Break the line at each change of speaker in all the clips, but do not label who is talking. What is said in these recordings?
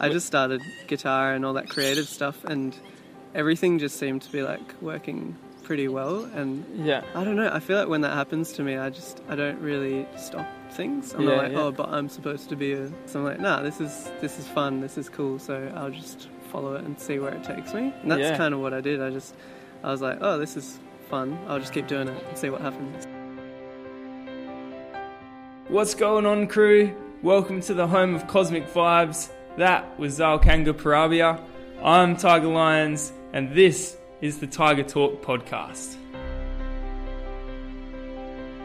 I just started guitar and all that creative stuff, and everything just seemed to be like working pretty well. And
Yeah.
I don't know. I feel like when that happens to me, I just I don't really stop things. I'm
Yeah,
not like
yeah.
oh, but I'm supposed to be a. So I'm like nah, this is this is fun. This is cool. So I'll just follow it and see where it takes me. And that's
Yeah.
kind of what I did. I just I was like oh, this is fun. I'll just keep doing it and see what happens.
What's going on, crew? Welcome to the home of Cosmic Vibes. That was Zalkanga Parabia. I'm Tiger Lions, and this is the Tiger Talk podcast.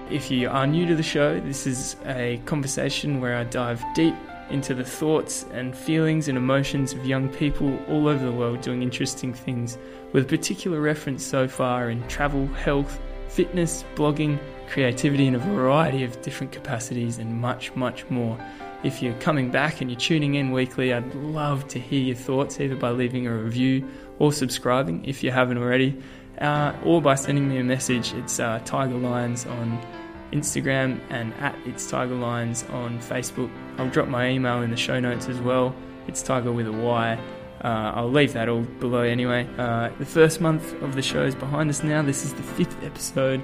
If you are new to the show, this is a conversation where I dive deep into the thoughts and feelings and emotions of young people all over the world doing interesting things, with a particular reference so far in travel, health, fitness, blogging, creativity in a variety of different capacities, and much, much more. If you're coming back and you're tuning in weekly, I'd love to hear your thoughts either by leaving a review or subscribing if you haven't already, uh, or by sending me a message. It's uh, Tiger Lions on Instagram and at It's Tiger Lions on Facebook. I'll drop my email in the show notes as well. It's Tiger with a Y. Uh, I'll leave that all below anyway. Uh, the first month of the show is behind us now. This is the fifth episode.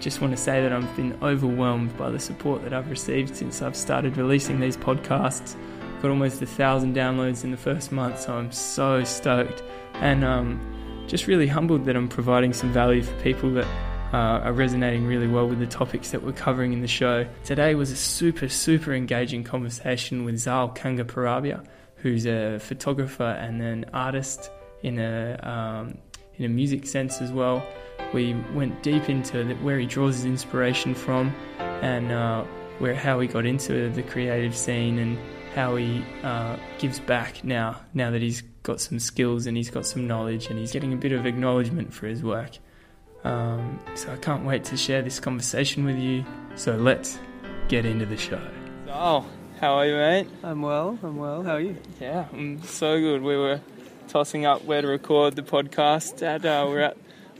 Just want to say that I've been overwhelmed by the support that I've received since I've started releasing these podcasts. Got almost a thousand downloads in the first month, so I'm so stoked and um, just really humbled that I'm providing some value for people that uh, are resonating really well with the topics that we're covering in the show. Today was a super, super engaging conversation with Zal Kanga Parabia, who's a photographer and an artist in a um, in a music sense as well. We went deep into the, where he draws his inspiration from, and uh, where how he got into the creative scene and how he uh, gives back now. Now that he's got some skills and he's got some knowledge and he's getting a bit of acknowledgement for his work. Um, so I can't wait to share this conversation with you. So let's get into the show. Oh, how are you, mate?
I'm well. I'm well. How are you?
Yeah, I'm so good. We were tossing up where to record the podcast. At uh, we're at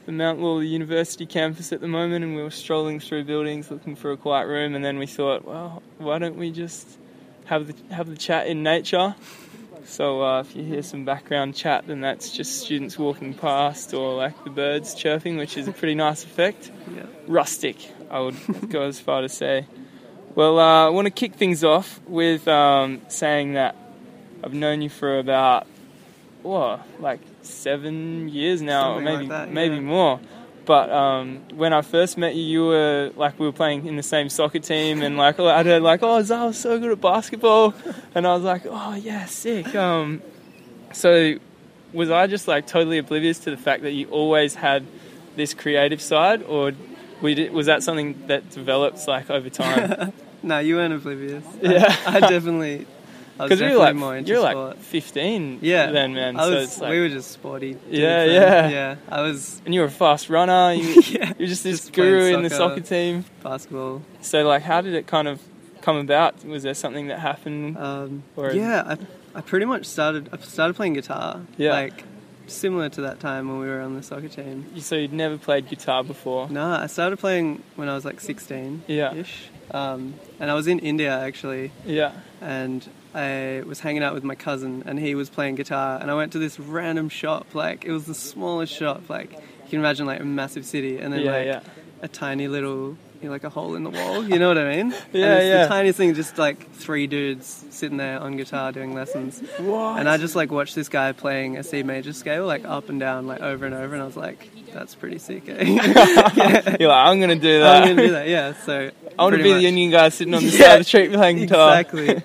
the Mount Lawley University campus at the moment, and we were strolling through buildings looking for a quiet room. And then we thought, well, why don't we just have the have the chat in nature? So uh, if you hear some background chat, then that's just students walking past or like the birds chirping, which is a pretty nice effect
Yeah.
rustic, I would go as far to say. Well, uh, I want to kick things off with um, saying that I've known you for about, whoa, like seven years now, or
Something like
maybe,
that,
maybe
yeah.
more. But um, when I first met you, you were like, we were playing in the same soccer team, and like, I'd heard, like, oh, Zal's so good at basketball. And I was like, oh, yeah, sick. Um, so was I just like totally oblivious to the fact that you always had this creative side, or we did, was that something that develops like over time?
No, you weren't oblivious.
Yeah.
I, I definitely. I was
Because
definitely
you're like
more into
you're
sport.
like 15
yeah.
then, man.
I
so
was,
it's like,
we were just sporty. dudes
Yeah,
then.
yeah.
yeah. I was
and you were a fast runner. You,
Yeah,
You're just this
just playing
guru in the
soccer.
soccer team.
basketball.
So like, how did it kind of come about? Was there something that happened?
Um,
Or-
yeah, I, I pretty much started. I started playing guitar.
Yeah.
Like similar to that time when we were on the soccer team.
so you'd never played guitar before.
No, I started playing when I was like 16
Yeah.
ish. Um, and I was in India actually,
Yeah.
and I was hanging out with my cousin, and he was playing guitar. And I went to this random shop, like, it was the smallest shop, like, you can imagine, like, a massive city, and then,
Yeah,
like,
yeah.
a tiny little, you know, like, a hole in the wall, you know what I mean?
Yeah,
and it's
yeah.
the tiniest thing, just like three dudes sitting there on guitar doing lessons.
What?
And I just, like, watched this guy playing a C major scale, like, up and down, like, over and over, and I was like, that's pretty sick, eh?
You're like, I'm gonna do that.
I'm gonna do that, yeah. So
I want to
pretty
be
much-
the Indian guy sitting on the
Yeah,
side of the street playing guitar.
Exactly. yeah,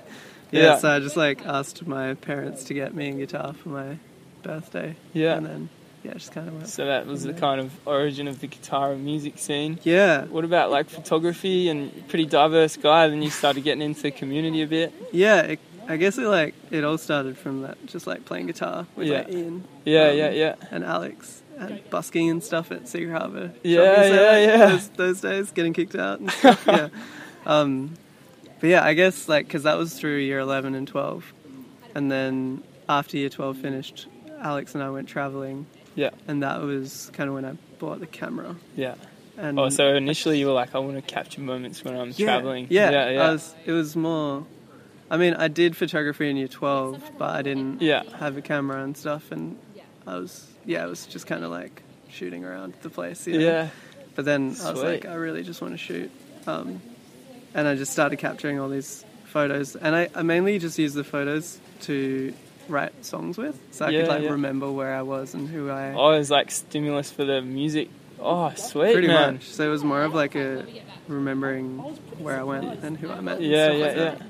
Yeah.
So I just like asked my parents to get me a guitar for my birthday.
Yeah.
And then yeah, it just kind of went.
So that was the kind of origin of the guitar and music scene.
Yeah.
What about like photography and pretty diverse guy? Then you started getting into the community a bit.
Yeah. It, I guess it like it all started from that, just like playing guitar with
Yeah.
like Ian
Yeah,
Um,
yeah, yeah.
and Alex and busking and stuff at Secret Harbour.
Yeah,
Shopping centre,
yeah, yeah.
Those, those days, getting kicked out and stuff. yeah. Um, but yeah, I guess like because that was through year eleven and twelve, and then after year twelve finished, Alex and I went traveling.
Yeah.
And that was kind of when I bought the camera.
Yeah.
And
Oh, so initially you were like, I want to capture moments when I'm
yeah,
traveling.
Yeah,
yeah, yeah.
I was, it was more I mean, I did photography in year 12, but I didn't
Yeah.
have a camera and stuff, and I was, yeah, I was just kind of like shooting around the place. You know?
Yeah.
But then I was
Sweet.
like, I really just want to shoot. Um, and I just started capturing all these photos. And I, I mainly just used the photos to write songs with. So I
Yeah,
could like
yeah.
remember where I was and who I
Oh, it was like stimulus for the music. Oh, sweet,
pretty
man.
much. So it was more of like a remembering where I went and who I met. and
Yeah,
stuff
yeah,
like
yeah.
that.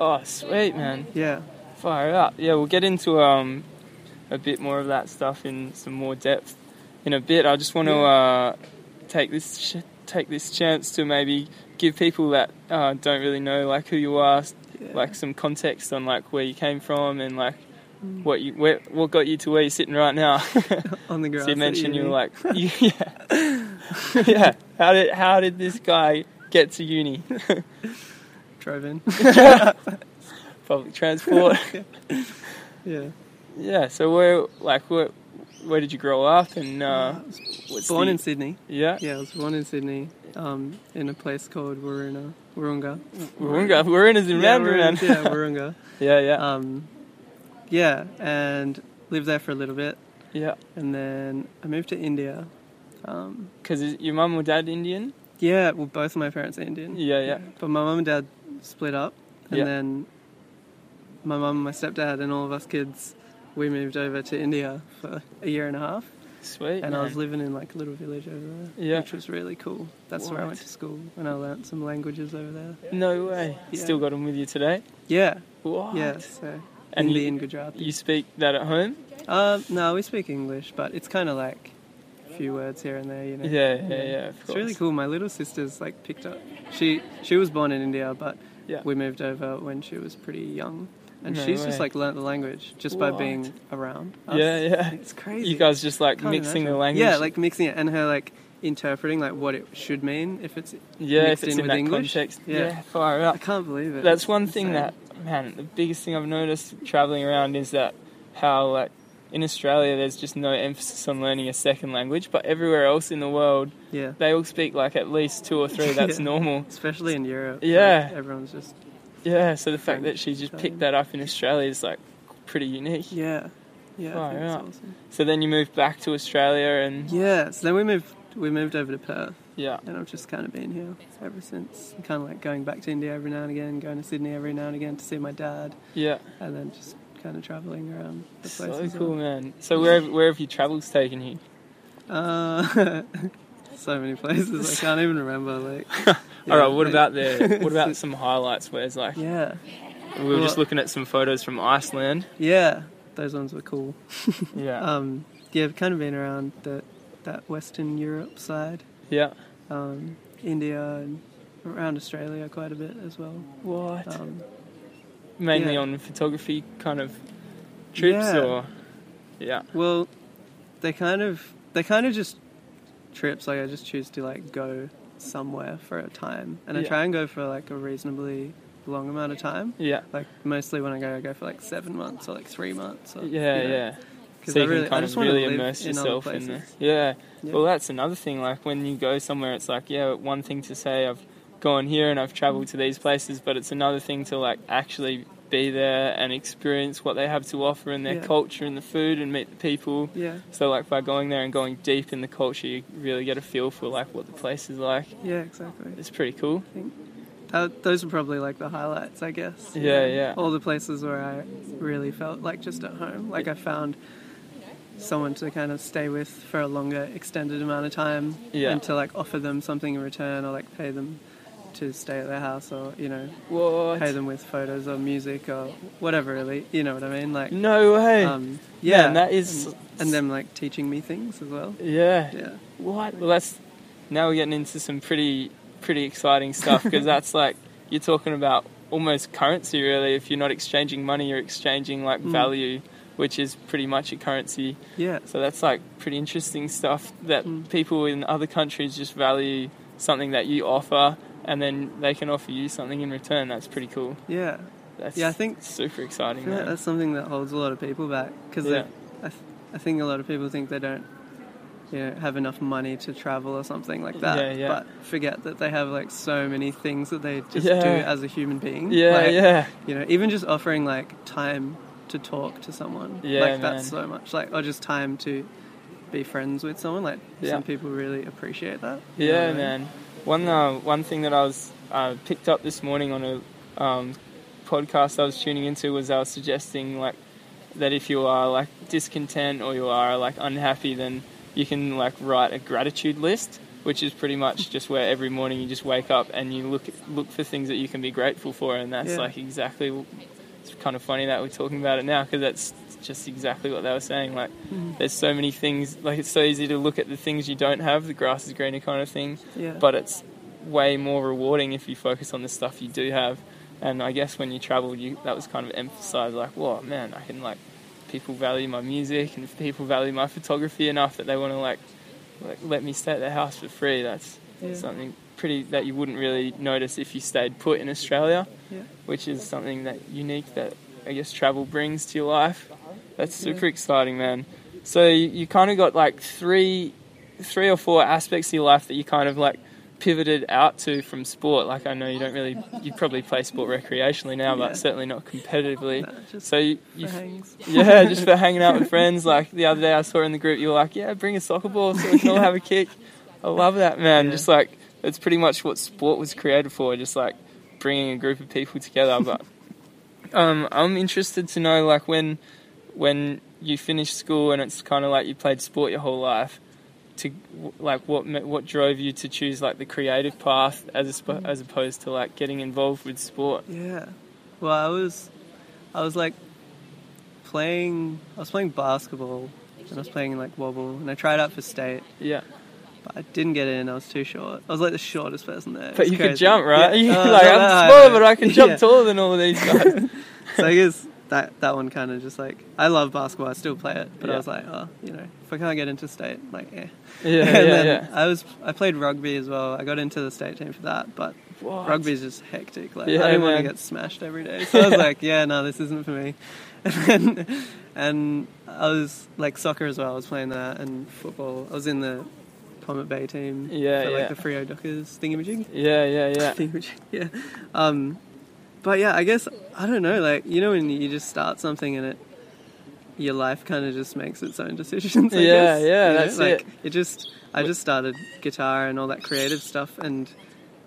Oh, sweet, man.
Yeah.
Fire up. Yeah, we'll get into um, a bit more of that stuff in some more depth in a bit. I just want to uh, take this sh- take this chance to maybe give people that uh, don't really know like who you are, s-
Yeah.
like some context on like where you came from and like what you where, what got you to where you're sitting right now.
on the ground.
so you mentioned you were like, you- yeah, yeah. How did how did this guy get to uni?
drove in.
Public transport.
yeah.
Yeah. So where, like, where, where did you grow up? And uh,
I was
what's
born
the-
in Sydney.
yeah,
Yeah, I was born in Sydney, um, in a place called Waruna, Warunga.
Warringah. We're in as in
yeah,
Rambler,
Warunga. Yeah,
man.
Warunga.
Yeah, yeah,
Um, yeah, and lived there for a little bit,
yeah.
and then I moved to India. Um,
Because your mum or dad Indian?
yeah, well, both of my parents are Indian.
Yeah, yeah.
But my mum and dad split up, and
Yeah.
then my mum, my stepdad, and all of us kids, we moved over to India for a year and a half.
Sweet.
And I was
man.
living in like a little village over there,
Yeah.
which was really cool. That's where I went
What?
to school, and I learnt some languages over there.
No way. You
Yeah.
Still got them with you today.
Yeah,
What?
yeah. So
And
Hindi
you-
and Gujarati.
You speak that at home?
Um, no, we speak English, but it's kind of like a few words here and there, you know.
Yeah, yeah, yeah. of course.
It's really cool. My little sister's like picked up. She she was born in India, but
Yeah.
we moved over when she was pretty young, and
No
she's
way.
just like learnt the language just by
What?
being around. us.
Yeah, yeah.
It's crazy.
You guys just like
Can't
mixing the
imagine.
language.
Yeah, like mixing it, and her like interpreting like what it should mean if it's.
yeah,
mixed
if it's
in
in,
with
that
English.
context.
Yeah.
fire
I
up.
can't believe it.
That's one thing
Insane.
that man, the biggest thing I've noticed traveling around is that how like in Australia there's just no emphasis on learning a second language, but everywhere else in the world
Yeah,
they all speak like at least two or three. That's
Yeah.
normal.
especially in Europe. like,
Yeah.
everyone's just
Yeah. So the fact
French,
that she just
Italian.
picked that up in Australia is like pretty unique.
yeah, yeah. I
Far
think it's
out.
awesome.
So then you moved back to Australia and
Yeah, so then we moved we moved over to Perth,
yeah,
and I've just kind of been here ever since. Kind of like going back to India every now and again, going to Sydney every now and again to see my dad,
yeah.
and then just kind of traveling around the place.
So cool, man. So where have, where have your travels taken you?
Uh, so many places I can't even remember. Like, yeah,
All right. What
like-
about the what about some highlights? Where's like
Yeah,
we were just
Well-
looking at some photos from Iceland.
yeah, those ones were cool.
Yeah.
Um, yeah, I've kind of been around the, that Western Europe side,
yeah.
um, India, and around Australia quite a bit as well.
What?
Um,
Mainly
yeah.
on photography kind of trips
Yeah.
or yeah.
Well, they kind of they kind of just trips. Like I just choose to like go somewhere for a time, and I
Yeah.
try and go for like a reasonably long amount of time.
Yeah.
Like mostly when I go, I go for like seven months or like three months. Or,
Yeah, yeah.
Because
So
I
you
really,
can kind
I just
of
want
really
to live
immerse
in other
yourself in there.
places.
Yeah.
Yeah.
Well, that's another thing. Like when you go somewhere, it's like, yeah, one thing to say I've gone here and I've traveled to these places, but it's another thing to like actually be there and experience what they have to offer and their
Yeah.
culture and the food and meet the people.
yeah,
So like by going there and going deep in the culture, you really get a feel for like what the place is like.
yeah, exactly.
It's pretty cool.
That, those are probably like the highlights, I guess. you
Yeah,
know?
yeah.
All the places where I really felt like just at home. Like I found someone to kind of stay with for a longer, extended amount of time,
Yeah.
and to like offer them something in return, or like pay them to stay at their house, or you know,
What?
pay them with photos or music or whatever. Really, you know what I mean? Like,
No way.
um, yeah,
Man, that is-
and, and them like teaching me things as well.
yeah.
Yeah,
What? Well, that's now we're getting into some pretty pretty exciting stuff because that's like you're talking about almost currency really. If you're not exchanging money, you're exchanging like
Mm.
value, which is pretty much a currency.
yeah,
So that's like pretty interesting stuff that
Mm.
people in other countries just value something that you offer, and then they can offer you something in return. That's pretty cool.
yeah.
That's
Yeah, I think-
super exciting.
I feel like
man.
that's something that holds a lot of people back because
Yeah.
I, th- I think a lot of people think they don't you know, have enough money to travel or something like that.
Yeah, yeah.
But forget that they have like so many things that they just
Yeah.
do as a human being.
Yeah,
Like,
yeah,
You know, even just offering like time to talk to someone.
Yeah,
like that's
man.
so much. Like or just time to be friends with someone. Like
Yeah.
some people really appreciate that. You know what I
yeah,
mean?
man. One uh, one thing that I was uh, picked up this morning on a um, podcast I was tuning into was I was suggesting like that if you are like discontent or you are like unhappy, then you can like write a gratitude list, which is pretty much just where every morning you just wake up and you look look for things that you can be grateful for, and that's
Yeah.
like exactly. It's kind of funny that we're talking about it now because that's just exactly what they were saying. Like, there's so many things. Like, it's so easy to look at the things you don't have, the grass is greener kind of thing
Yeah.
but it's way more rewarding if you focus on the stuff you do have. And I guess when you travel, you that was kind of emphasized like, whoa, man, I can like people value my music and if people value my photography enough that they want to like, like let me stay at their house for free. That's
Yeah.
something pretty that you wouldn't really notice if you stayed put in Australia,
Yeah.
which is something that unique that I guess travel brings to your life. That's super exciting, man. So you, you kind of got like three, three or four aspects of your life that you kind of like pivoted out to from sport. Like I know you don't really, you probably play sport recreationally now,
Yeah.
but certainly not competitively.
No, just
so you,
for
you
hangs.
yeah, just for hanging out with friends. Like the other day, I saw in the group you were like, "Yeah, bring a soccer ball so we can all have a kick." I love that, man. Just like it's pretty much what sport was created for, just like bringing a group of people together. But um, I'm interested to know, like when when you finished school and it's kind of like you played sport your whole life. To like what ma- what drove you to choose like the creative path as a, as opposed to like getting involved with sport?
Yeah. Well, I was, I was like playing. I was playing basketball, and I was playing like wobble, and I tried out for state,
Yeah,
but I didn't get in. I was too short. I was like the shortest person there.
but
It's
you
crazy.
could jump, right?
Yeah.
You're
Oh,
like
no, no,
I'm
I
smaller,
know.
but I can jump
Yeah.
taller than all of these guys.
So I guess that that one kind of just like I love basketball. I still play it, but
Yeah.
I was like, oh, you know, if I can't get into state, like, yeah.
Yeah,
and
yeah,
then
yeah.
I was I played rugby as well. I got into the state team for that, but
What?
rugby's just hectic. Like
Yeah,
I didn't
man.
want to get smashed every day, so I was like, yeah, no, this isn't for me. And then, and I was like soccer as well. I was playing that and football. I was in the Comet Bay team
Yeah,
for
yeah.
like the Frio Dockers thingamajig.
Yeah, yeah, yeah.
Thingamajig, yeah. Um, but yeah, I guess I don't know. Like you know, when you just start something and it, your life kind of just makes its own decisions. I
Yeah,
guess.
yeah,
You know,
that's
like,
it.
just I just started guitar and all that creative stuff, and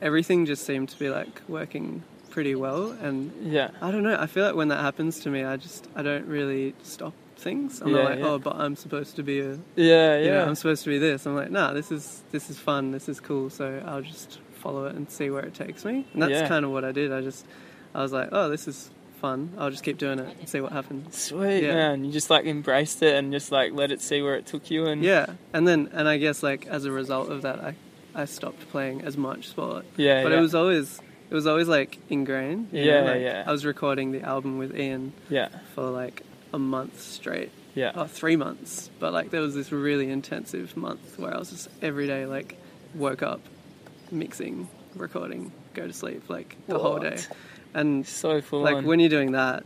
everything just seemed to be like working pretty well. And
Yeah,
I don't know. I feel like when that happens to me, I just I don't really stop things. I'm
Yeah,
not like,
yeah.
oh, but I'm supposed to be a
yeah,
you know,
yeah.
I'm supposed to be this. I'm like, nah, this is this is fun, this is cool, so I'll just follow it and see where it takes me. And that's
Yeah.
kind of what I did. I just I was like, oh, this is fun. I'll just keep doing it and see what happens.
Sweet,
Yeah.
man. You just like embraced it and just like let it see where it took you. And
Yeah, and then and I guess like as a result of that, I I stopped playing as much sport.
Yeah,
but
yeah.
it was always it was always like ingrained. you know,
Yeah,
like,
yeah.
I was recording the album with Ian
yeah,
for like a month straight.
yeah.
oh, three months, but like there was this really intensive month where I was just every day like woke up, mixing, recording, go to sleep like the whole day,
What?
and
so full
like
on.
when you're doing that,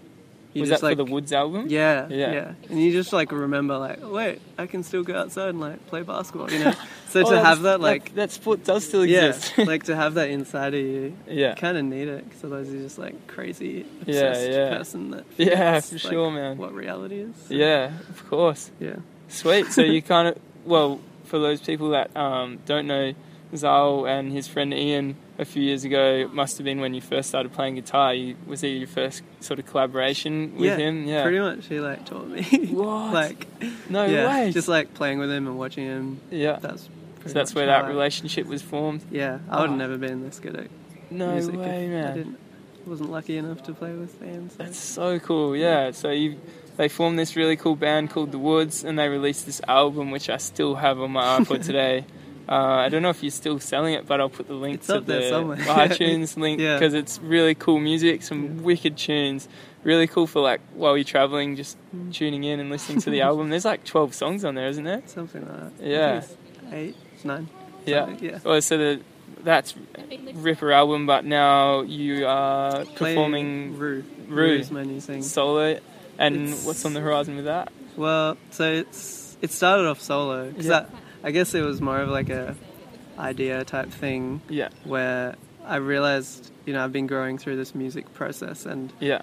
you
was that
just like
for the Woods album?
yeah,
Yeah.
yeah, and you just like remember like oh, wait, I can still go outside and like play basketball, you know. So
Oh,
to
that's-
have that like
that, that sport does still
yeah,
exist.
like to have that inside of you,
Yeah.
you kind of need it because otherwise you're just like crazy
Yeah,
obsessed
yeah.
person that
Yeah,
forgets,
for
like,
sure, man.
what reality is. So,
yeah, of course.
yeah.
Sweet. So you kind of well for those people that um, don't know, Zal and his friend Ian a few years ago must have been when you first started playing guitar. You, was it your first sort of collaboration with him? Yeah.
Pretty much he like taught me.
What?
like
no
yeah,
way.
just like playing with him and watching him.
yeah.
That's pretty
So that's
much
where
how
that
I-
relationship was formed.
Yeah, I would
Oh.
have never been this good at
No
music
way,
if I
man.
didn't wasn't lucky enough to play with bands.
That's so cool. Yeah. So you, they formed this really cool band called The Woods, and they released this album, which I still have on my iPod today. Uh, I don't know if you're still selling it, but I'll put the link
It's
to
up there
the
somewhere.
iTunes link
Yeah.
because it's really cool music, some wicked tunes. Really cool for like while you're traveling, just
Mm.
tuning in and listening to the album. There's like 12 songs on there, isn't there?
Something like that.
Yeah.
I think it's Eight, nine.
Yeah.
something, yeah.
Well, so the, that's Ripper album, but now you are
Playing
performing
Rue.
Rue.
Rue's my new thing.
solo. And
It's-
what's on the horizon with that?
Well, so it's it started off solo because
Yeah.
I, I guess it was more of like a idea type thing
Yeah,
where I realized, you know, I've been growing through this music process and
yeah,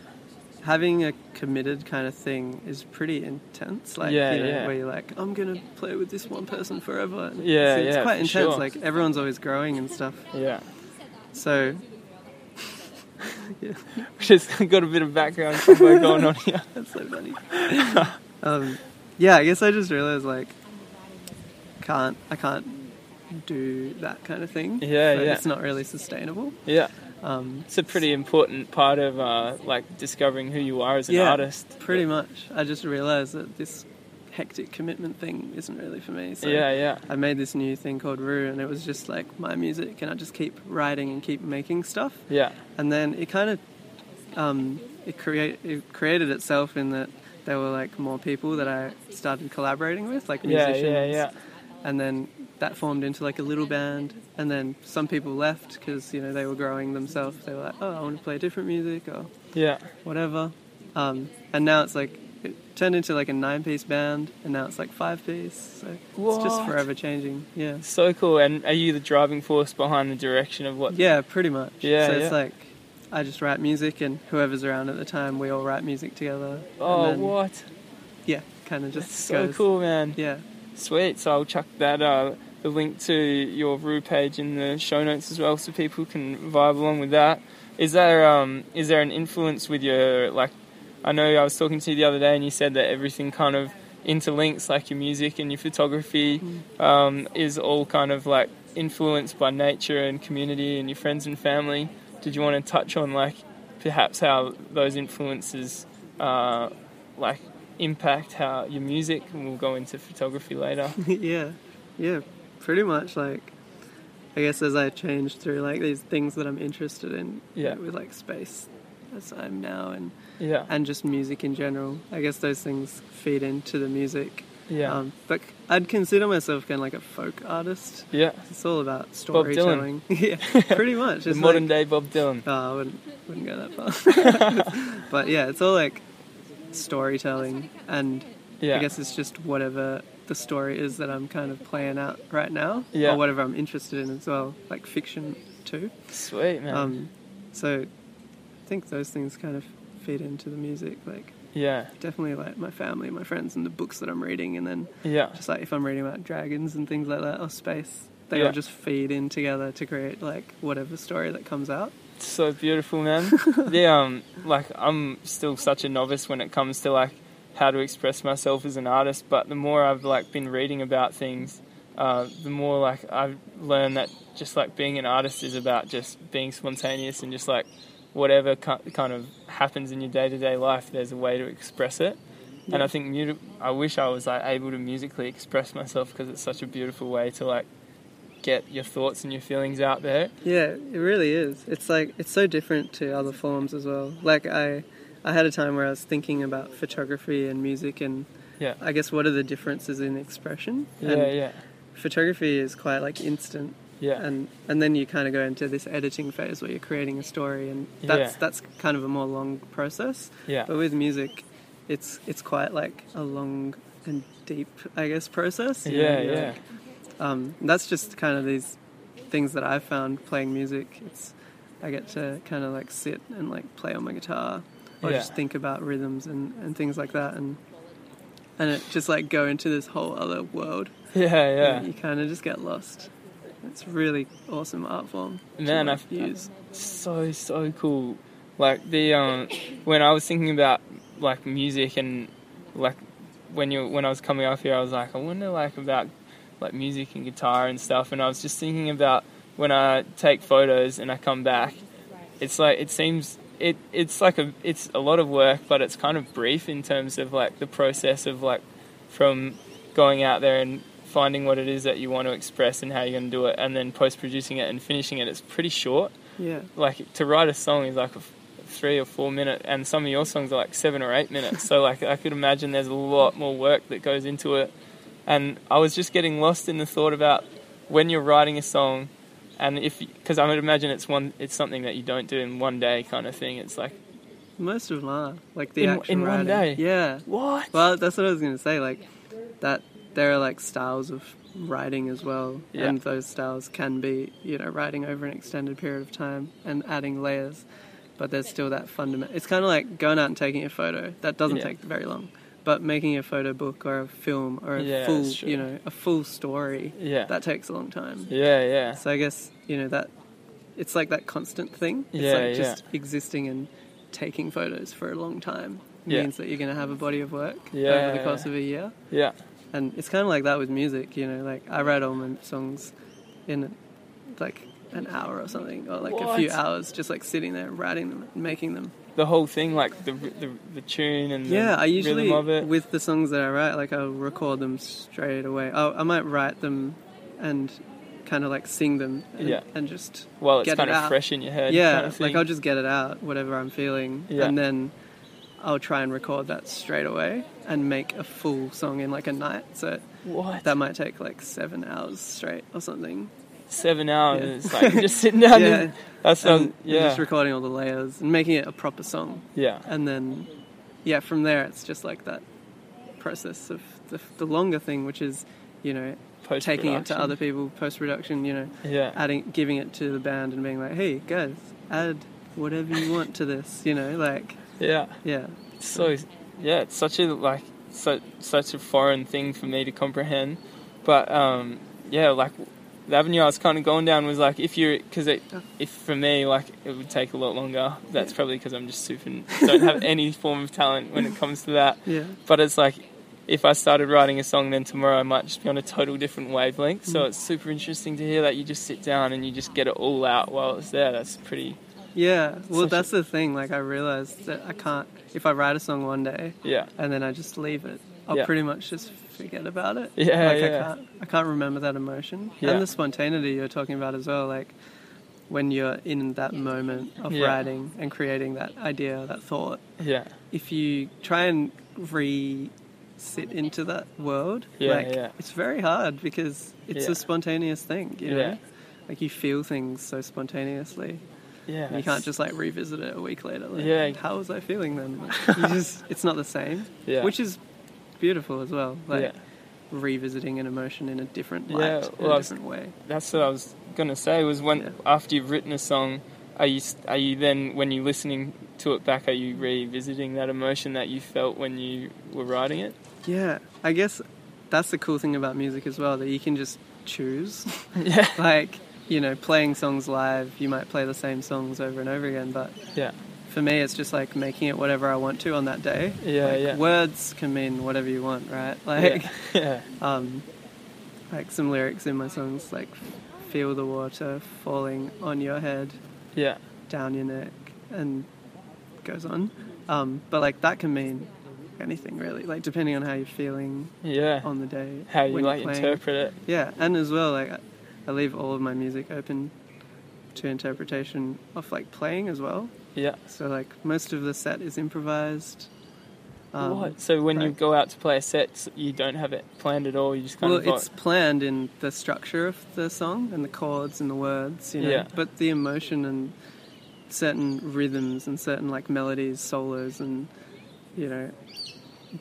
having a committed kind of thing is pretty intense. Like,
Yeah,
you know,
yeah.
where you're like, I'm going to play with this one person forever. And
Yeah,
it's, it's
yeah,
quite
for
intense.
sure.
Like, everyone's always growing and stuff.
yeah.
So,
We just got a bit of background somewhere going on here.
that's so funny. um, yeah, I guess I just realized, like, can't, I can't do that kind of thing.
Yeah,
Like,
yeah.
It's not really sustainable.
Yeah,
Um,
it's a pretty important part of uh, like discovering who you are as an
Yeah.
artist.
Pretty much. I just realized that this hectic commitment thing isn't really for me. So
yeah, yeah,
I made this new thing called Rue, and it was just like my music, and I just keep writing and keep making stuff,
yeah,
and then it kind of um, it create it created itself in that there were like more people that I started collaborating with, like
yeah,
musicians,
yeah, yeah.
and then that formed into like a little band, and then some people left because you know they were growing themselves. They were like, oh, I want to play different music, or
Yeah,
whatever. Um, and now it's like it turned into like a nine-piece band, and now it's like five-piece. So it's just
What?
forever changing. Yeah,
so cool. And are you the driving force behind the direction of what?
yeah, pretty much.
Yeah,
So it's
yeah.
like I just write music, and whoever's around at the time, we all write music together.
Oh,
and then,
what?
Yeah, kind of just
That's so
goes-
cool, man.
Yeah,
Sweet. So I'll chuck that uh, the link to your Rue page in the show notes as well, so people can vibe along with that. Is there um is there an influence with your like? I know I was talking to you the other day, and you said that everything kind of interlinks, like your music and your photography, um, is all kind of like influenced by nature and community and your friends and family. Did you want to touch on like perhaps how those influences uh, like impact how your music and we'll go into photography later
yeah, yeah. Pretty much like. I guess as I change through like these things that I'm interested in,
Yeah.
with like space, as I'm now, and
yeah
and just music in general. I guess those things feed into the music.
yeah
Um, but c- I'd consider myself kind of like a folk artist.
yeah
It's all about
Bob
storytelling.
Dylan.
yeah, pretty much.
the
It's
modern
like,
day bob dylan
Oh, I wouldn't, wouldn't go that far. but yeah, it's all like storytelling. And
yeah
I guess it's just whatever the story is that I'm kind of playing out right now.
Yeah.
Or whatever I'm interested in as well, like fiction too.
sweet man
Um, so I think those things kind of feed into the music. Like
yeah
definitely like my family, my friends, and the books that I'm reading. And then
yeah
just like if I'm reading about dragons and things like that or space, they
Yeah.
all just feed in together to create like whatever story that comes out.
It's so beautiful man the um like i'm still such a novice when it comes to like how to express myself as an artist but the more i've like been reading about things uh, the more like i've learned that just like being an artist is about just being spontaneous and just like whatever ki- kind of happens in your day-to-day life there's a way to express it and i think mu- i wish i was like able to musically express myself because it's such a beautiful way to like get your thoughts and your feelings out there
Yeah, it really is. It's like it's so different to other forms as well. Like I, I had a time where I was thinking about photography and music and.
Yeah.
I guess what are the differences in expression?
yeah
And
yeah
Photography is quite like instant
yeah
and and then you kind of go into this editing phase where you're creating a story and that's
Yeah.
that's kind of a more long process
Yeah.
but with music it's it's quite like a long and deep i guess process you know,
Yeah,
you're
yeah.
like- um, that's just kind of these things that i've found playing music it's i get to kind of like sit and like play on my guitar or
Yeah.
just think about rhythms and, and things like that and and it just like go into this whole other world
Yeah, yeah.
you kind of just get lost. It's really awesome art form. to,
Man,
like,
I've-
use.
So so cool. Like the um when I was thinking about like music and like when you when I was coming up here I was like I wonder like about like music and guitar and stuff and I was just thinking about when I take photos and I come back it's like it seems it it's like a it's a lot of work but it's kind of brief in terms of like the process of like from going out there and finding what it is that you want to express and how you're going to do it and then post producing it and finishing it it's pretty short
Yeah,
like to write a song is like a f- three or four minute, and some of your songs are like seven or eight minutes. so like I could imagine there's a lot more work that goes into it. And I was just getting lost in the thought about when you're writing a song, and if because I would imagine it's one, it's something that you don't do in one day kind of thing. It's like
most of them are like the
In-
actual
in one
writing.
day?
Yeah.
what?
Well, that's what I was gonna say. Like that, there are like styles of writing as well,
Yeah.
and those styles can be you know writing over an extended period of time and adding layers, but there's still that fundamental. It's kind of like going out and taking a photo. That doesn't
Yeah.
take very long, but making a photo book or a film or a
Yeah,
full
that's true.
you know a full story
Yeah.
that takes a long time.
yeah, yeah.
So I guess you know that it's like that constant thing. It's
Yeah,
like
yeah.
just existing and taking photos for a long time
Yeah.
means that you're going to have a body of work over
Yeah.
the course of a year.
Yeah.
And it's kind of like that with music, you know. Like I write all my songs in like an hour or something, or like a few
What?
hours, just like sitting there writing them, and making them.
The whole thing, like the the, the tune and the
Yeah, I usually
rhythm of it.
with the songs that I write, like I'll record them straight away. i I might write them and kind of like sing them, and,
Yeah.
and just
While it's
get
kind
it
of
out.
fresh in your head.
yeah,
kind of
like
thing.
I'll just get it out, whatever I'm feeling,
Yeah.
and then I'll try and record that straight away and make a full song in like a night. So
what
that might take like seven hours straight or something.
seven hours.
Yeah.
And it's like you're just sitting down.
Yeah.
And, that sounds
And you're
yeah
just recording all the layers and making it a proper song,
yeah
and then yeah, from there it's just like that process of the, the longer thing, which is you know taking it to
Post-production.
other people post production, you know,
yeah
adding giving it to the band and being like, hey guys, add whatever you want to this, you know, like
yeah.
yeah.
So yeah, it's such a like such such a foreign thing for me to comprehend. But um, yeah, like the avenue I was kind of going down was like if you're because it if for me like it would take a lot longer. That's probably because I'm just super don't have any form of talent when it comes to that.
Yeah,
But it's like if I started writing a song, then tomorrow I might just be on a total different wavelength. So
Mm.
it's super interesting to hear that you just sit down and you just get it all out while it's there. That's pretty
yeah. Well,
Such a-
that's the thing. Like, I realized that I can't. If I write a song one day
yeah
and then I just leave it, I'll
Yeah.
pretty much just forget about it.
Yeah,
like I
yeah.
can't. I can't remember that emotion
Yeah.
and the spontaneity you're talking about as well. Like when you're in that moment of
Yeah.
writing and creating that idea, that thought.
yeah
If you try and re sit into that world,
Yeah,
like
yeah.
it's very hard because it's
Yeah.
a spontaneous thing. You know,
Yeah.
like you feel things so spontaneously.
yeah.
You can't just like revisit it a week later. Like,
Yeah.
How was I feeling then? Like, you just, it's not the same.
Yeah.
Which is beautiful as well. Like
Yeah.
revisiting an emotion in a different light,
Yeah,
in
well,
a
I was-
different way.
That's what I was gonna say. Was when
Yeah.
after you've written a song, are you are you then when you're listening to it back, are you revisiting that emotion that you felt when you were writing it?
Yeah. I guess that's the cool thing about music as well that you can just choose.
yeah,
like you know, playing songs live, you might play the same songs over and over again, but
yeah,
for me, it's just like making it whatever I want to on that day.
yeah,
Like,
yeah.
Words can mean whatever you want, right? Like.
yeah,
um, like some lyrics in my songs like feel the water falling on your head
yeah,
down your neck and goes on um, but like that can mean anything really like depending on how you're feeling
yeah.
on the day
How you
when you're
like
playing.
interpret it?
yeah and as well like I- i leave all of my music open to interpretation of like playing as well
Yeah.
so like most of the set is improvised Um,
what? So when you
right.
go out to play a set, s- you don't have it planned at all. You just kind
Well,
of like,
it's planned in the structure of the song and the chords and the words, you know.
Yeah.
But the emotion and certain rhythms and certain like melodies, solos, and you know,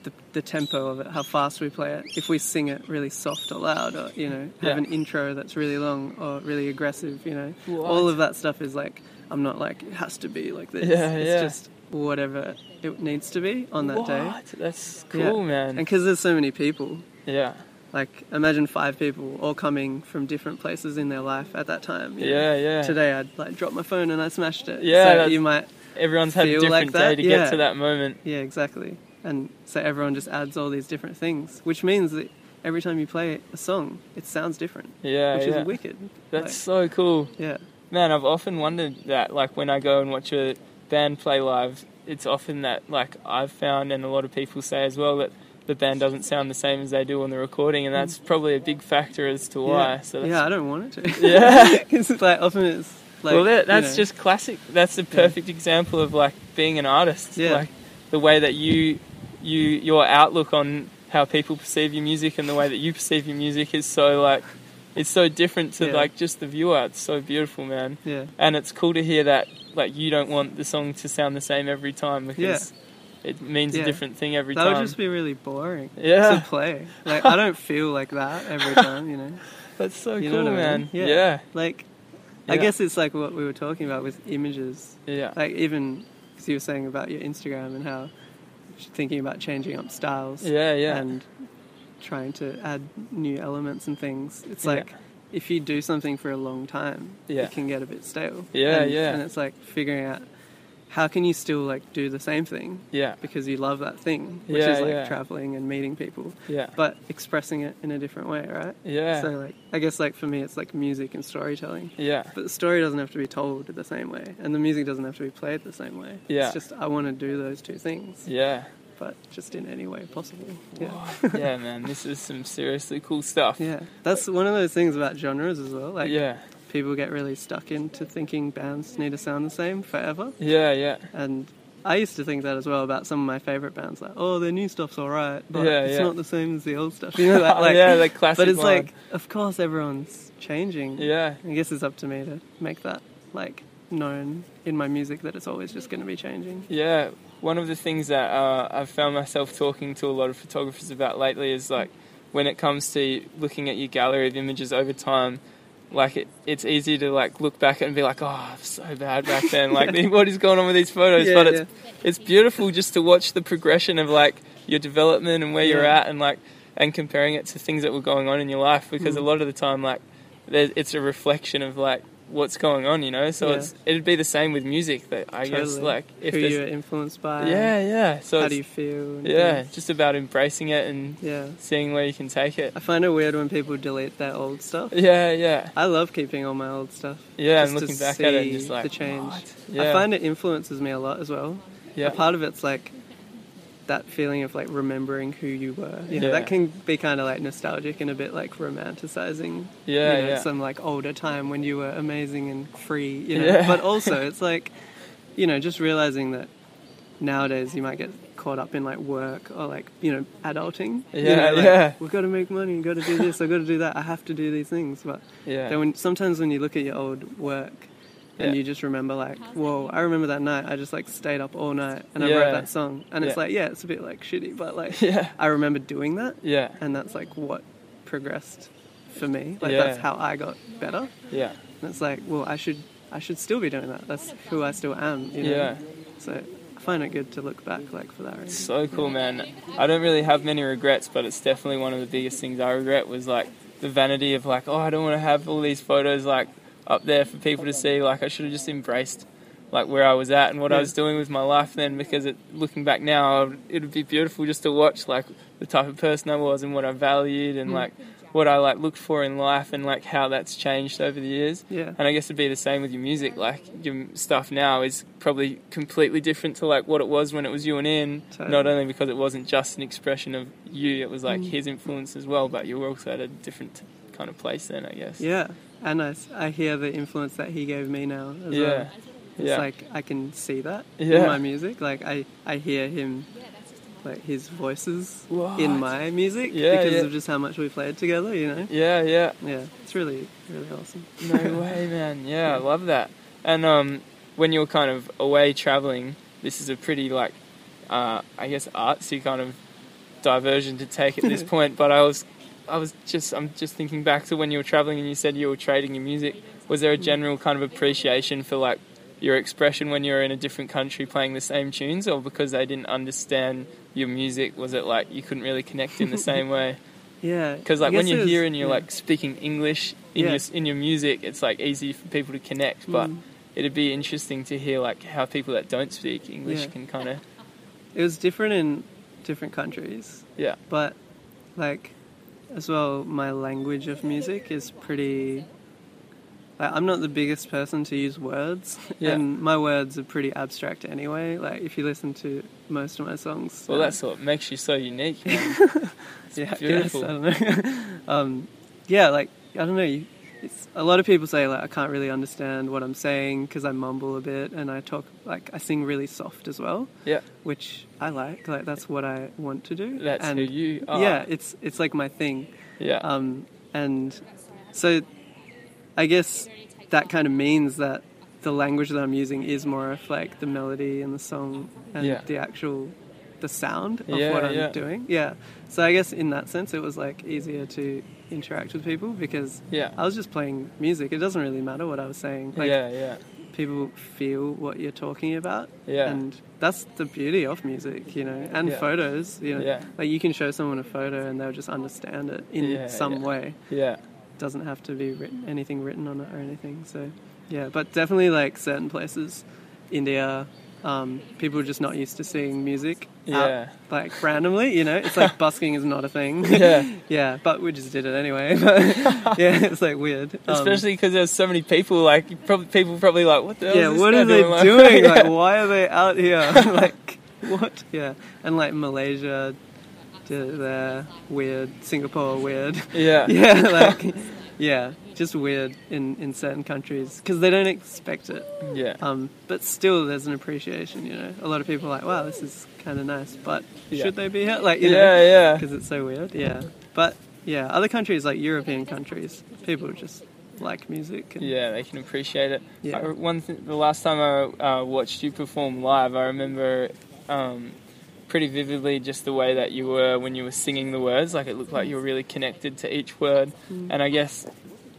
the the tempo of it, how fast we play it. If we sing it really soft or loud, or you know, have
Yeah.
an intro that's really long or really aggressive, you know,
What?
all of that stuff is like I'm not like it has to be like this.
Yeah,
it's
yeah.
just whatever it needs to be on that
what?
day.
That's
Yeah.
cool,
And
man.
because there's so many people,
Yeah,
like imagine five people all coming from different places in their life at that time. you know.
yeah, yeah.
Today I'd like dropped my phone and I smashed it.
Yeah,
So
that's-
you might
Everyone's had a
feel like
different day
that,
to
yeah.
get to that moment.
Yeah, exactly. And so everyone just adds all these different things. Which means that every time you play a song, it sounds different.
Yeah,
which
yeah.
is wicked.
That's so cool.
Like, yeah.
Man, I've often wondered that. Like when I go and watch a band play live, it's often that like I've found, and a lot of people say as well that the band doesn't sound the same as they do on the recording, and that's probably a big factor as to why.
Mm. Yeah.
So that's,
yeah, I don't want it to.
Yeah.
'Cause, like often it's like
well, that,
you
that's
know,
just classic. That's a perfect example of like being an artist.
Yeah.
Like the way that you, you, your outlook on how people perceive your music and the way that you perceive your music is so like, it's so different to
Yeah.
like just the viewer. It's so beautiful, man.
yeah.
And it's cool to hear that like you don't want the song to sound the same every time because it means
Yeah.
a different thing every
that
time.
would just be really boring
Yeah.
to play. Like I don't feel like that every time, you know.
That's so
You know
cool,
what I
man.
mean? Yeah.
yeah.
Like I
Yeah.
guess it's like what we were talking about with images.
Yeah.
Like even because you were saying about your Instagram and how you're thinking about changing up styles.
Yeah, yeah.
and trying to add new elements and things. It's
Yeah.
like if you do something for a long time,
Yeah.
it can get a bit stale.
Yeah,
and,
yeah.
And it's like figuring out how can you still like do the same thing
yeah.
because you love that thing, which
Yeah,
is like
yeah.
traveling and meeting people,
Yeah.
but expressing it in a different way, right?
Yeah.
So like I guess like for me it's like music and storytelling.
yeah.
But the story doesn't have to be told the same way, and the music doesn't have to be played the same way.
Yeah.
It's just I want to do those two things,
Yeah.
but just in any way possible. Yeah.
yeah, man. This is some seriously cool stuff.
Yeah, that's one of those things about genres as well. Like,
yeah.
people get really stuck into thinking bands need to sound the same forever.
Yeah, yeah.
And I used to think that as well about some of my favorite bands. Like, oh, their new stuff's all right, but
Yeah,
it's
yeah.
not the same as the old stuff. You know that? Like,
yeah, the classic
but it's
one.
like, of course, everyone's changing.
Yeah.
I guess it's up to me to make that like known in my music that it's always just going to be changing.
Yeah, one of the things that uh, I've found myself talking to a lot of photographers about lately is like when it comes to looking at your gallery of images over time, like it, it's easy to like look back and be like, oh, I'm so bad back then. Like, what is going on with these photos?
Yeah,
but it's it's beautiful just to watch the progression of like your development and where you're
Yeah.
at and like and comparing it to things that were going on in your life because a
Mm.
lot of the time like there- it's a reflection of like what's going on you know so
Yeah.
it's it'd be the same with music that i guess
Totally.
like if
who
there's-
you're influenced by.
yeah, yeah. So
How
it's,
do you feel? and
yeah,
things.
just about embracing it and
Yeah.
seeing where you can take it.
I find it weird when people delete their old stuff.
Yeah, yeah,
I love keeping all my old stuff.
yeah.
just
and
to
looking back at it, and
see
just like
the change.
what? Yeah,
I find it influences me a lot as well.
yeah,
A part of it's like that feeling of like remembering who you were. You know,
Yeah.
that can be kind of like nostalgic and a bit like romanticizing.
yeah,
you know,
yeah,
some like older time when you were amazing and free. You know,
Yeah.
but also it's like, you know, just realizing that nowadays you might get caught up in like work or like you know adulting. You
Yeah,
know, like,
yeah.
We've got to make money. Got to do this. I've got to do that. I have to do these things, but.
yeah,
Then when sometimes when you look at your old work and
Yeah.
you just remember like, whoa, I remember that night. I just like stayed up all night and I
Yeah.
wrote that song. And it's
Yeah.
like, yeah, it's a bit like shitty, but like
Yeah.
I remember doing that,
yeah,
and that's like what progressed for me. Like
Yeah.
that's how I got better.
yeah,
And it's like, well, I should I should still be doing that. That's who I still am. You know?
yeah.
So I find it good to look back like for that reason.
So cool, man. I don't really have many regrets, but it's definitely one of the biggest things I regret was like the vanity of like, oh, I don't want to have all these photos like up there for people to see. Like, I should have just embraced like where I was at and what I
Yeah.
was doing with my life then, because it, looking back now, I would- it would be beautiful just to watch like the type of person I was and what I valued and like what I like looked for in life and like how that's changed over the years.
Yeah.
And I guess it'd be the same with your music. Like your stuff now is probably completely different to like what it was when it was you and Ian.
Totally. Mm.
Not only because it wasn't just an expression of you, it was like his influence as well. But you were also at a different kind of place then, I guess.
Yeah. And I, s- I hear the influence that he gave me now as well.
yeah,
It's
yeah,
like I can see that
Yeah.
in my music. Like I, I hear him, like his voices
What?
in my music
Yeah,
because
yeah.
of just how much we played together. You know,
yeah, yeah.
yeah, it's really, really awesome.
No way, man. Yeah, I love that. And um, when you're kind of away traveling, this is a pretty like, uh, I guess, artsy kind of diversion to take at this point. But I was, I was just, I'm just thinking back to when you were traveling and you said you were trading your music. Was there a general kind of appreciation for like your expression when you were in a different country playing the same tunes, or because they didn't understand your music? Was it like you couldn't really connect in the same way?
Yeah,
Because
I
like when
guess it
you're
was-
here and you're
yeah.
like speaking English in
Yeah. Mm.
your in your music, it's like easy for people to connect. But it'd be interesting to hear like how people that don't speak English
Yeah.
can kind of
it was different in different countries,
yeah
but like as well, my language of music is pretty. Like, I'm not the biggest person to use words,
Yeah.
and my words are pretty abstract anyway. Like if you listen to most of my songs,
Well,
um,
that's what makes you so unique. man. It's
yeah, I guess, uh,
beautiful.
I don't know. um, yeah, like I don't know. You, it's a lot of people say like I can't really understand what I'm saying because I mumble a bit and I talk like I sing really soft as well,
Yeah,
which I like. Like that's what I want to do.
that's
and
who you are.
yeah, it's it's like my thing.
yeah,
Um, and so I guess that kind of means that the language that I'm using is more of like the melody and the song and
Yeah.
the actual the sound of
Yeah,
what I'm
yeah.
doing. Yeah. So I guess in that sense, it was like easier to interact with people because
Yeah.
I was just playing music. It doesn't really matter what I was saying. Like
yeah, yeah,
people feel what you're talking about.
Yeah.
And that's the beauty of music, you know, and
Yeah.
photos. You know,
Yeah.
like you can show someone a photo and they'll just understand it in
Yeah,
some
yeah.
way
yeah,
doesn't have to be written, anything written on it or anything. So, yeah, but definitely like certain places, India, um, people are just not used to seeing music out,
Yeah.
like randomly. You know, it's like busking is not a thing.
Yeah.
yeah, but we just did it anyway. But yeah, it's like weird. Um,
Especially because there's so many people. Like, you probably people probably like, what the hell?
yeah,
is this
what
guy
are they
Like,
doing?
yeah.
Like, why are they out here? like, what? Yeah, and like Malaysia, did their weird. Singapore, weird.
yeah, yeah,
yeah, like, yeah, just weird in, in certain countries because they don't expect it.
yeah,
Um, but still, there's an appreciation, you know. A lot of people are like, wow, this is kind of nice, but
Yeah.
should they be here? Like, you know,
yeah,
because it's so weird, yeah. But yeah, other countries, like European countries, people just like music. And,
yeah. They can appreciate it.
Yeah.
I- one th- the last time I uh, watched you perform live, I remember um, pretty vividly just the way that you were when you were singing the words. Like it looked like you were really connected to each word.
Mm.
And I guess,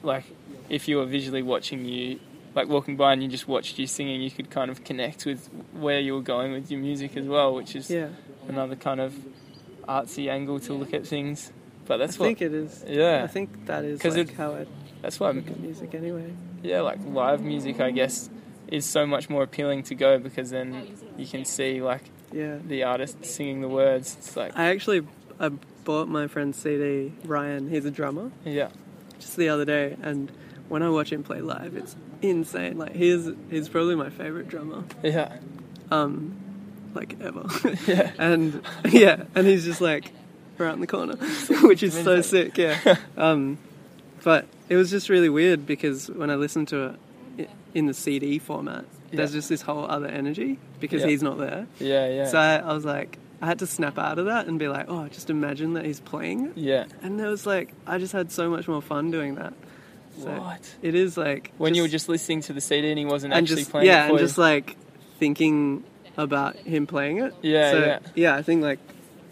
like, if you were visually watching you, like walking by and you just watched you singing, you could kind of connect with where you were going with your music as well, which is
yeah.
another kind of artsy angle to look at things. But
I
that's what
think it is.
Yeah.
I think that is
'Cause
like
it- um,
how I
that's why
look at music anyway.
yeah, like live music, I guess, is so much more appealing to go because then you can see like
Yeah.
the artist singing the words. It's like
I actually I bought my friend CD, Ryan. He's a drummer.
yeah,
just the other day, and when I watch him play live, it's insane. Like he's he's probably my favorite drummer,
yeah,
um, like ever.
Yeah.
and yeah, and he's just like around the corner, which is so
Amazing.
sick. Yeah. Um, but it was just really weird because when I listened to it i- in the CD format, there's
Yeah.
just this whole other energy because
Yeah.
he's not there.
yeah, yeah,
So I, I was like, I had to snap out of that and be like, oh, just imagine that he's playing it.
yeah.
And there was like, I just had so much more fun doing that. So
What?
It is like
When you were just listening to the CD and he wasn't
and
actually
just
playing
yeah,
it for
and
you.
just like thinking about him playing it.
Yeah,
so,
yeah.
I think like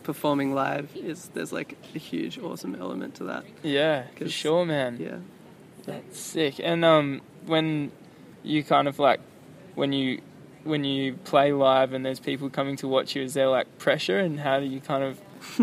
performing live is there's like a huge awesome element to that.
yeah, for
'cause-
sure, man.
Yeah,
That's sick. And um, when you kind of like when you when you play live and there's people coming to watch you, is there like pressure? And how do you kind of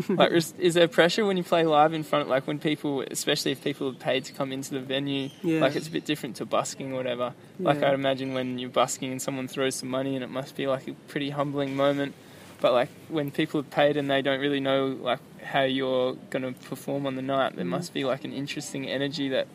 like is is there pressure when you play live in front? Like when people, especially if people are paid to come into the venue,
Yeah.
like it's a bit different to busking or whatever. Like
Yeah.
I'd imagine when you're busking and someone throws some money, and it must be like a pretty humbling moment. But like when people are paid and they don't really know like how you're gonna perform on the night, there must be like an interesting energy that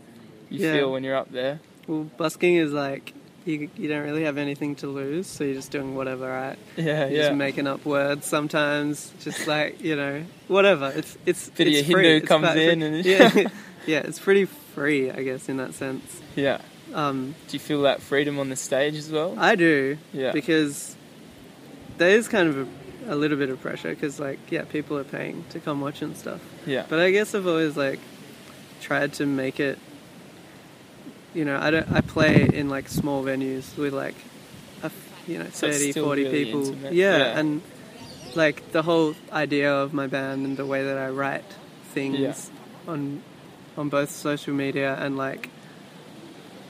you
Mm. Yeah.
feel when you're up there.
well, busking is like you you don't really have anything to lose, so you're just doing whatever, right?
Yeah,
You're
yeah.
Just making up words sometimes, just like you know, whatever. It's it's
Bit of
it's
your
free.
Hindu
It's
comes
quite
in
free.
and-
yeah, yeah, it's pretty free, I guess, in that sense.
yeah.
Um,
Do you feel that freedom on the stage as well?
I do.
Yeah.
Because there is kind of a, a little bit of pressure because, like, yeah, people are paying to come watch and stuff.
yeah.
But I guess I've always like tried to make it. You know, I don't. I play in like small venues with like, a, f- you know,
So it's
30,
still
40
really
people.
intimate.
Yeah,
Yeah.
and like the whole idea of my band and the way that I write things
Yeah.
on on both social media and like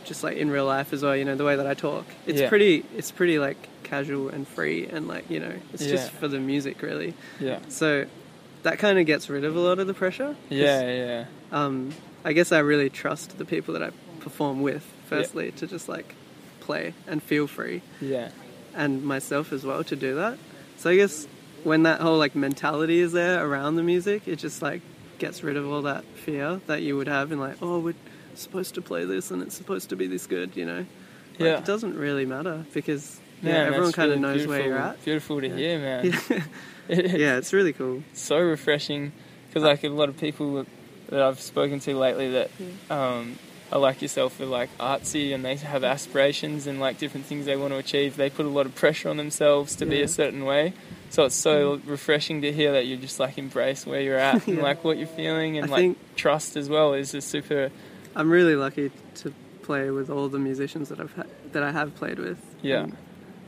just like in real life as well. You know, the way that I talk. It's
Yeah.
pretty. It's pretty like casual and free and like you know, it's just
Yeah.
for the music really.
yeah.
So that kind of gets rid of a lot of the pressure. 'cause,
Yeah, yeah.
Um, I guess I really trust the people that I perform with, firstly, to just like play and feel free,
Yeah.
and myself as well to do that. So I guess when that whole like mentality is there around the music, it just like gets rid of all that fear that you would have in like, oh, we're supposed to play this and it's supposed to be this good, you know? Like,
Yeah.
It doesn't really matter because yeah,
Man,
everyone
that's
kind of
really
knows where you're at.
beautiful- Beautiful to hear, man.
yeah, it's really cool.
It's so refreshing because like a lot of people that I've spoken to lately that um, are like yourself are like artsy and they have aspirations and like different things they want to achieve. They put a lot of pressure on themselves to be
Yeah.
a certain way. So it's so refreshing to hear that you just like embrace where you're at and
Yeah.
like what you're feeling and
I
like
think-
trust as well is a super
I'm really lucky to play with all the musicians that I've ha- that I have played with.
yeah
And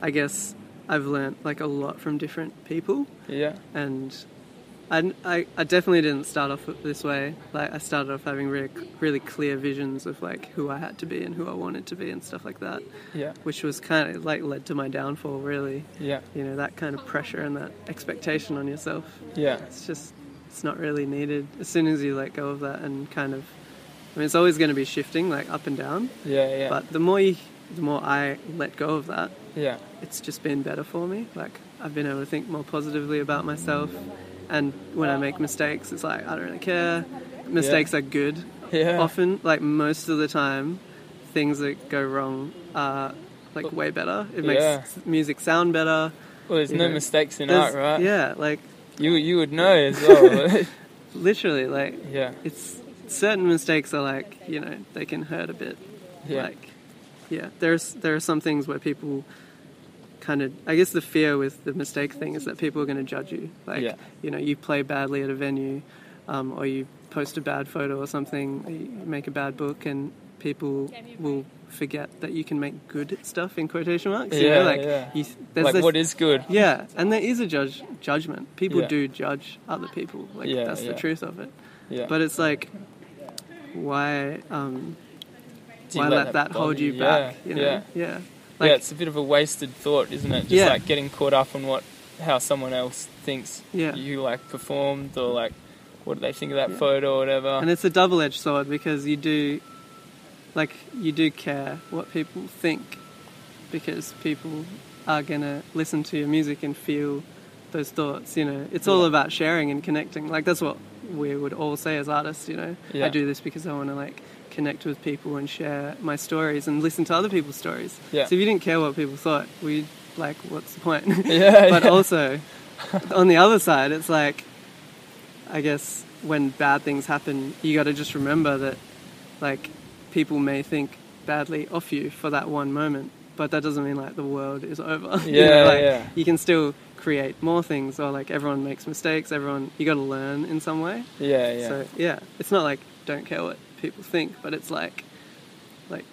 I guess I've learnt like a lot from different people,
Yeah.
and I, I, I definitely didn't start off this way. Like I started off having really really clear visions of like who I had to be and who I wanted to be and stuff like that,
Yeah.
which was kind of like led to my downfall. Really,
Yeah.
you know that kind of pressure and that expectation on yourself.
Yeah.
It's just it's not really needed. As soon as you let go of that and kind of, I mean, it's always going to be shifting like up and down.
Yeah. Yeah.
But the more you, the more I let go of that,
yeah.
it's just been better for me. Like I've been able to think more positively about myself, and when I make mistakes, it's like I don't really care. Mistakes are good.
Yeah.
Often, like most of the time, things that go wrong are like way better. It makes
Yeah.
s- music sound better.
Well, there's
you
no
know,
mistakes in
There's-
art, right?
Yeah, like
You you would know as well.
literally, like
yeah.
it's certain mistakes are like you know they can hurt a bit.
Yeah.
Like, yeah, there's there are some things where people kind of. I guess the fear with the mistake thing is that people are going to judge you. Like,
Yeah.
you know, you play badly at a venue, um, or you post a bad photo or something, or you make a bad book, and people will forget that you can make good stuff in quotation marks. you know,
Yeah,
like
yeah.
you, there's
like
this,
what is good?
yeah, and there is a judge judgment. People
Yeah.
do judge other people. Like
Yeah,
that's
yeah.
the truth of it.
Yeah.
But it's like, why? Um,
Do you
why let that, hold
bother
you back?
Yeah.
You know?
yeah.
yeah.
yeah,
Like,
it's a bit of a wasted thought, isn't it? Just
Yeah.
like getting caught up on what how someone else thinks
Yeah.
you like performed or like what do they think of that
Yeah.
photo or whatever.
and it's a double-edged sword because you do, like, you do care what people think, because people are gonna listen to your music and feel those thoughts. You know, it's all
Yeah.
about sharing and connecting. Like that's what we would all say as artists. You know,
Yeah.
I do this because I want to like connect with people and share my stories and listen to other people's stories.
Yeah.
So if you didn't care what people thought, we like, what's the point?
Yeah,
but
yeah.
also, on the other side, it's like, I guess when bad things happen, you got to just remember that, like, people may think badly of you for that one moment, but that doesn't mean like the world is over. You know,
Yeah,
like,
yeah.
You can still create more things, or like everyone makes mistakes. Everyone, you got to learn in some way.
yeah, yeah.
So yeah, it's not like don't care what people think, but it's like like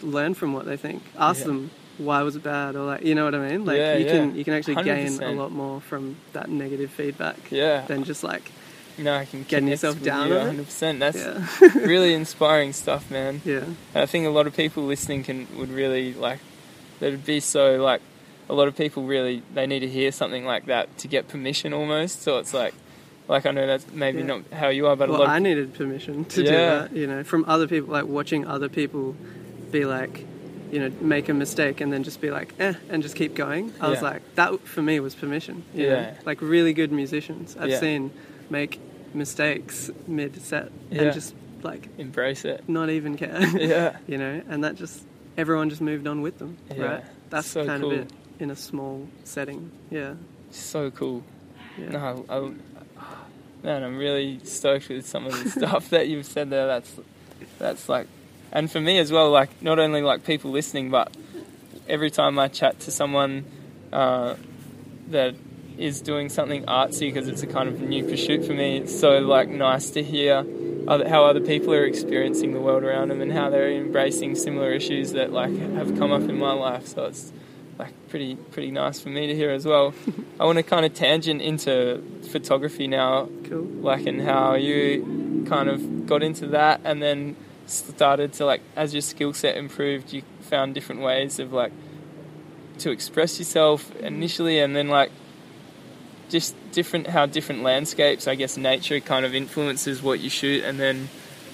learn from what they think. Ask
Yeah.
them why was it bad or like you know what I mean? Like
Yeah,
you
yeah.
can you can actually gain a
100%.
lot more from that negative feedback
yeah.
than just like
no, I can
getting
connect
yourself
with
down
you
on it.
100%. That's
yeah.
really inspiring stuff, man.
yeah.
And I think a lot of people listening can would really like that'd be so like a lot of people really they need to hear something like that to get permission almost. So it's like like I know that's maybe
Yeah.
not how you are, but a
Well,
lot of
I needed permission to do
Yeah.
that, you know, from other people like watching other people be like you know, make a mistake and then just be like, eh, and just keep going. I was
Yeah.
like, that for me was permission. you know?
Yeah.
Like really good musicians I've
Yeah.
seen make mistakes mid set
Yeah.
and just like
embrace it.
not even care.
Yeah.
you know, and that just everyone just moved on with them.
Yeah.
Right. That's
So
kind
cool.
of it in a small setting. Yeah.
So cool.
Yeah.
No, I, I- man, I'm really stoked with some of the stuff that you've said there. That's that's like, and for me as well. Like, not only like people listening, but every time I chat to someone uh, that is doing something artsy, because it's a kind of new pursuit for me. It's so like nice to hear other, how other people are experiencing the world around them and how they're embracing similar issues that like have come up in my life. So it's like pretty pretty nice for me to hear as well. I want to kind of tangent into photography now,
Cool.
like and how you kind of got into that and then started to like as your skill set improved, you found different ways of like to express yourself initially and then like just different how different landscapes, I guess nature kind of influences what you shoot and then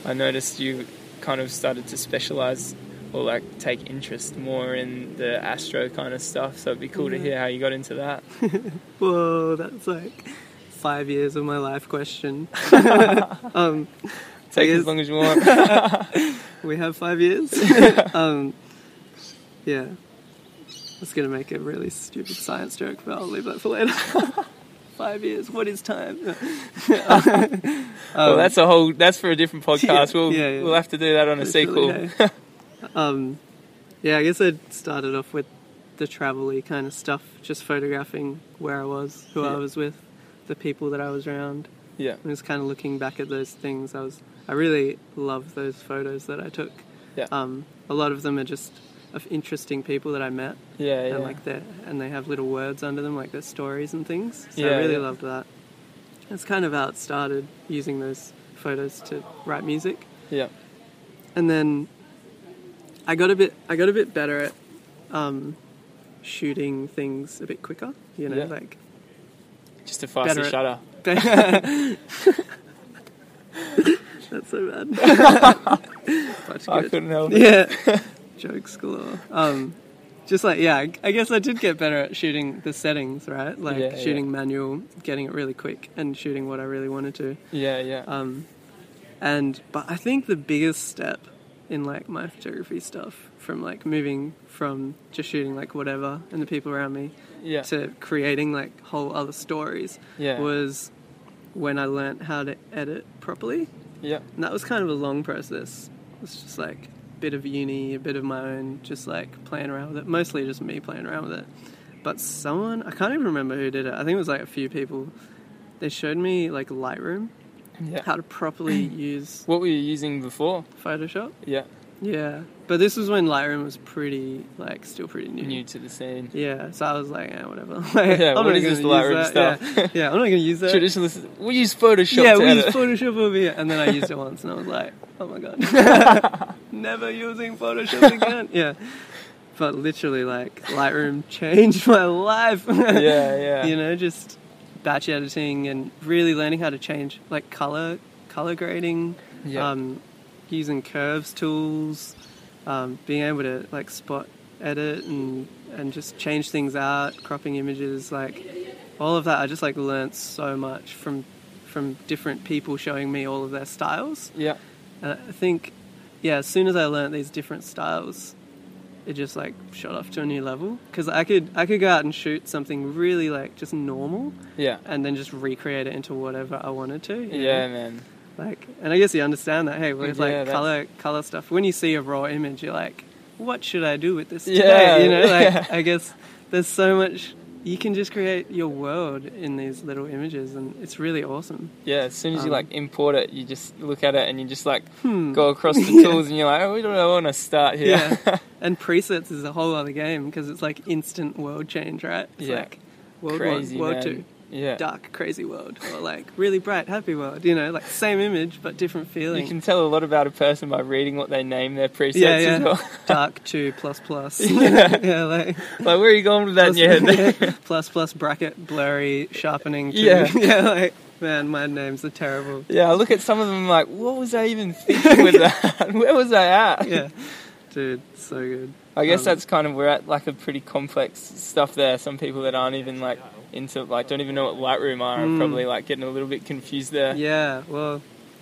I noticed you kind of started to specialize or like take interest more in the astro kind of stuff, so it'd be cool to
Yeah.
hear how you got into that.
Whoa, that's like five years of my life question. um,
Take
I
as
guess-
long as you want.
We have five years. um, yeah. I was going to make a really stupid science joke, but I'll leave that for later. five years. What is time? Um,
well, Oh, that's a whole. That's for a different podcast.
Yeah,
we'll
yeah, yeah.
we'll have to do that on a sequel.
Literally, yeah. um, yeah, I guess I started off with the travel-y kind of stuff, just photographing where I was, who
Yeah.
I was with, the people that I was around.
yeah,
And just kind of looking back at those things, I was I really love those photos that I took.
yeah,
Um, a lot of them are just of interesting people that I met,
Yeah, yeah.
and like they and they have little words under them, like their stories and things. So
Yeah,
I really
yeah.
loved that. That's kind of how it started using those photos to write music,
yeah.
and then I got a bit I got a bit better at um, shooting things a bit quicker. You know,
Yeah.
like
Just a faster
Better at-
shutter.
That's so bad. But
I
good.
couldn't help it.
Yeah. Jokes galore. Um, just like, yeah, I- I guess I did get better at shooting the settings, right? Like
Yeah,
shooting manual, getting it really quick, and shooting what I really wanted to.
Yeah, yeah.
Um, and, but I think the biggest step in like my photography stuff from like moving from just shooting like whatever and the people around me
yeah.
to creating like whole other stories
Yeah.
was when I learnt how to edit properly.
yeah.
And that was kind of a long process. It's just like a bit of uni, a bit of my own, just like playing around with it. Mostly just me playing around with it. But someone, I can't even remember who did it. I think it was like a few people. They showed me like Lightroom,
Yeah.
how to properly use
What were you using before?
Photoshop.
Yeah.
Yeah. But this was when Lightroom was pretty, like, still pretty
New to the scene.
yeah, so I was like, eh, whatever. Like,
Yeah,
I'm
what
not
is
gonna
this
use
Lightroom
that.
stuff?
Yeah. yeah, I'm not gonna use that.
Traditionalist. We use Photoshop.
yeah,
to
we use
edit.
Photoshop over here, and then I used it once, and I was like, oh my god, never using Photoshop again. Yeah, but literally, like Lightroom changed my life.
Yeah, yeah.
you know, just batch editing and really learning how to change like color, color grading,
Yeah.
um, using curves tools, um, being able to like spot edit and and just change things out, cropping images, like all of that. I just like learnt so much from from different people showing me all of their styles.
yeah.
And I think, yeah, as soon as I learnt these different styles, it just like shot off to a new level. Because I could I could go out and shoot something really like just normal,
Yeah.
and then just recreate it into whatever I wanted to. you know?
Yeah, man.
Like, and I guess you understand that. Hey, with
Yeah,
like
that's-
color color stuff, when you see a raw image, you're like, what should I do with this
Yeah,
today? You know, like
yeah.
I guess there's so much. You can just create your world in these little images, and it's really awesome.
Yeah, as soon as you
Um, Hmm.
like import it, you just look at it and you just like go across the
Yeah.
tools and you're like, oh, we don't want to start here.
Yeah. and presets is a whole other game because it's like instant world change, right? It's
Yeah.
like world
Crazy,
one, world
man.
two,
Yeah.
dark, crazy world, or like really bright, happy world. You know, like same image but different feeling.
You can tell a lot about a person by reading what they name their presets
yeah,
as
yeah.
well.
dark two plus plus.
Yeah.
yeah, like
like, where are you going with that in your
plus,
head?
yeah, plus plus bracket blurry sharpening. Two.
Yeah.
yeah, like man, my names are terrible.
yeah, I look at some of them like, what was I even thinking with that? where was I at?
Yeah, dude, so good.
I guess
Um,
that's kind of we're at like a pretty complex stuff there. Some people that aren't even like into like don't even know what Lightroom are are
Mm.
probably like getting a little bit confused there.
Yeah, well,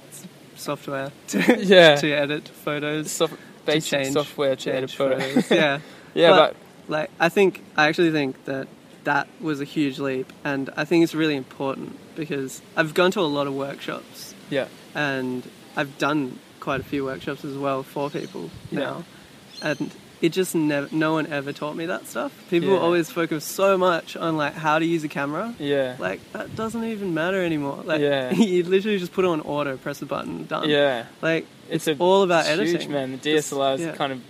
it's software to,
Yeah.
to edit photos.
Soft, basic
change-
software to edit
change
photos.
photos. yeah,
yeah,
But-
but
like I think I actually think that that was a huge leap, and I think it's really important because I've gone to a lot of workshops
yeah,
and I've done quite a few workshops as well for people
Yeah.
now, and it just never no one ever taught me that stuff. People
Yeah.
always focus so much on like how to use a camera.
yeah,
Like that doesn't even matter anymore. Like
Yeah.
you literally just put it on auto, press the button, done.
yeah.
Like
It's,
it's,
a
all about
huge,
editing.
man. The
Just-
DSLR's
yeah.
kind of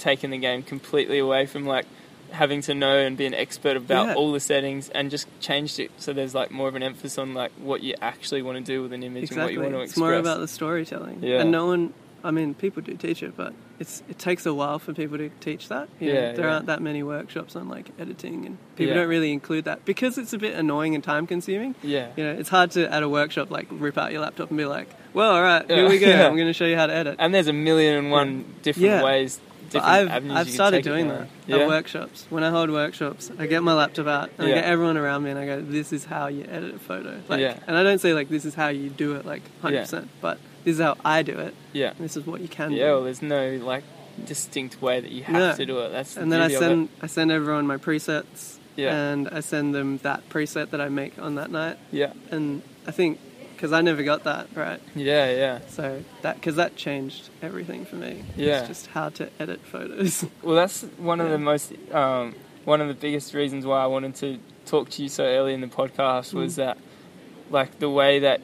taken the game completely away from like having to know and be an expert about
Yeah.
all the settings and just changed it so there's like more of an emphasis on like what you actually want to do with an image
Exactly.
and what you want to
it's
express.
more about the storytelling.
Yeah.
And no one, I mean, people do teach it, but it's it takes a while for people to teach that. You know,
Yeah,
there
yeah.
aren't that many workshops on like editing, and people
Yeah.
don't really include that because it's a bit annoying and time consuming.
yeah.
You know, it's hard to at a workshop like rip out your laptop and be like, "Well, all right,
Yeah.
here we go.
Yeah.
I'm going to show you how to edit."
And there's a million and one different
Yeah.
ways,
But
different
I've,
avenues.
I've
you can
started
take it
doing
down.
that
Yeah.
at workshops. When I hold workshops, I get my laptop out and I
Yeah.
get everyone around me and I go, "This is how you edit a photo." Like,
Yeah.
and I don't say like this is how you do it, like hundred percent, but this is how I do it.
Yeah.
And this is what you can
Yeah. Well,
do.
there's no like distinct way that you have
No.
to do it. That's the
And then I
beauty of it.
send I send everyone my presets.
Yeah.
And I send them that preset that I make on that night.
Yeah.
And I think because I never got that right,
Yeah. Yeah.
so that because that changed everything for me.
Yeah.
It's just how to edit photos.
Well, that's one of
Yeah.
the most, um, one of the biggest reasons why I wanted to talk to you so early in the podcast was that, like, the way that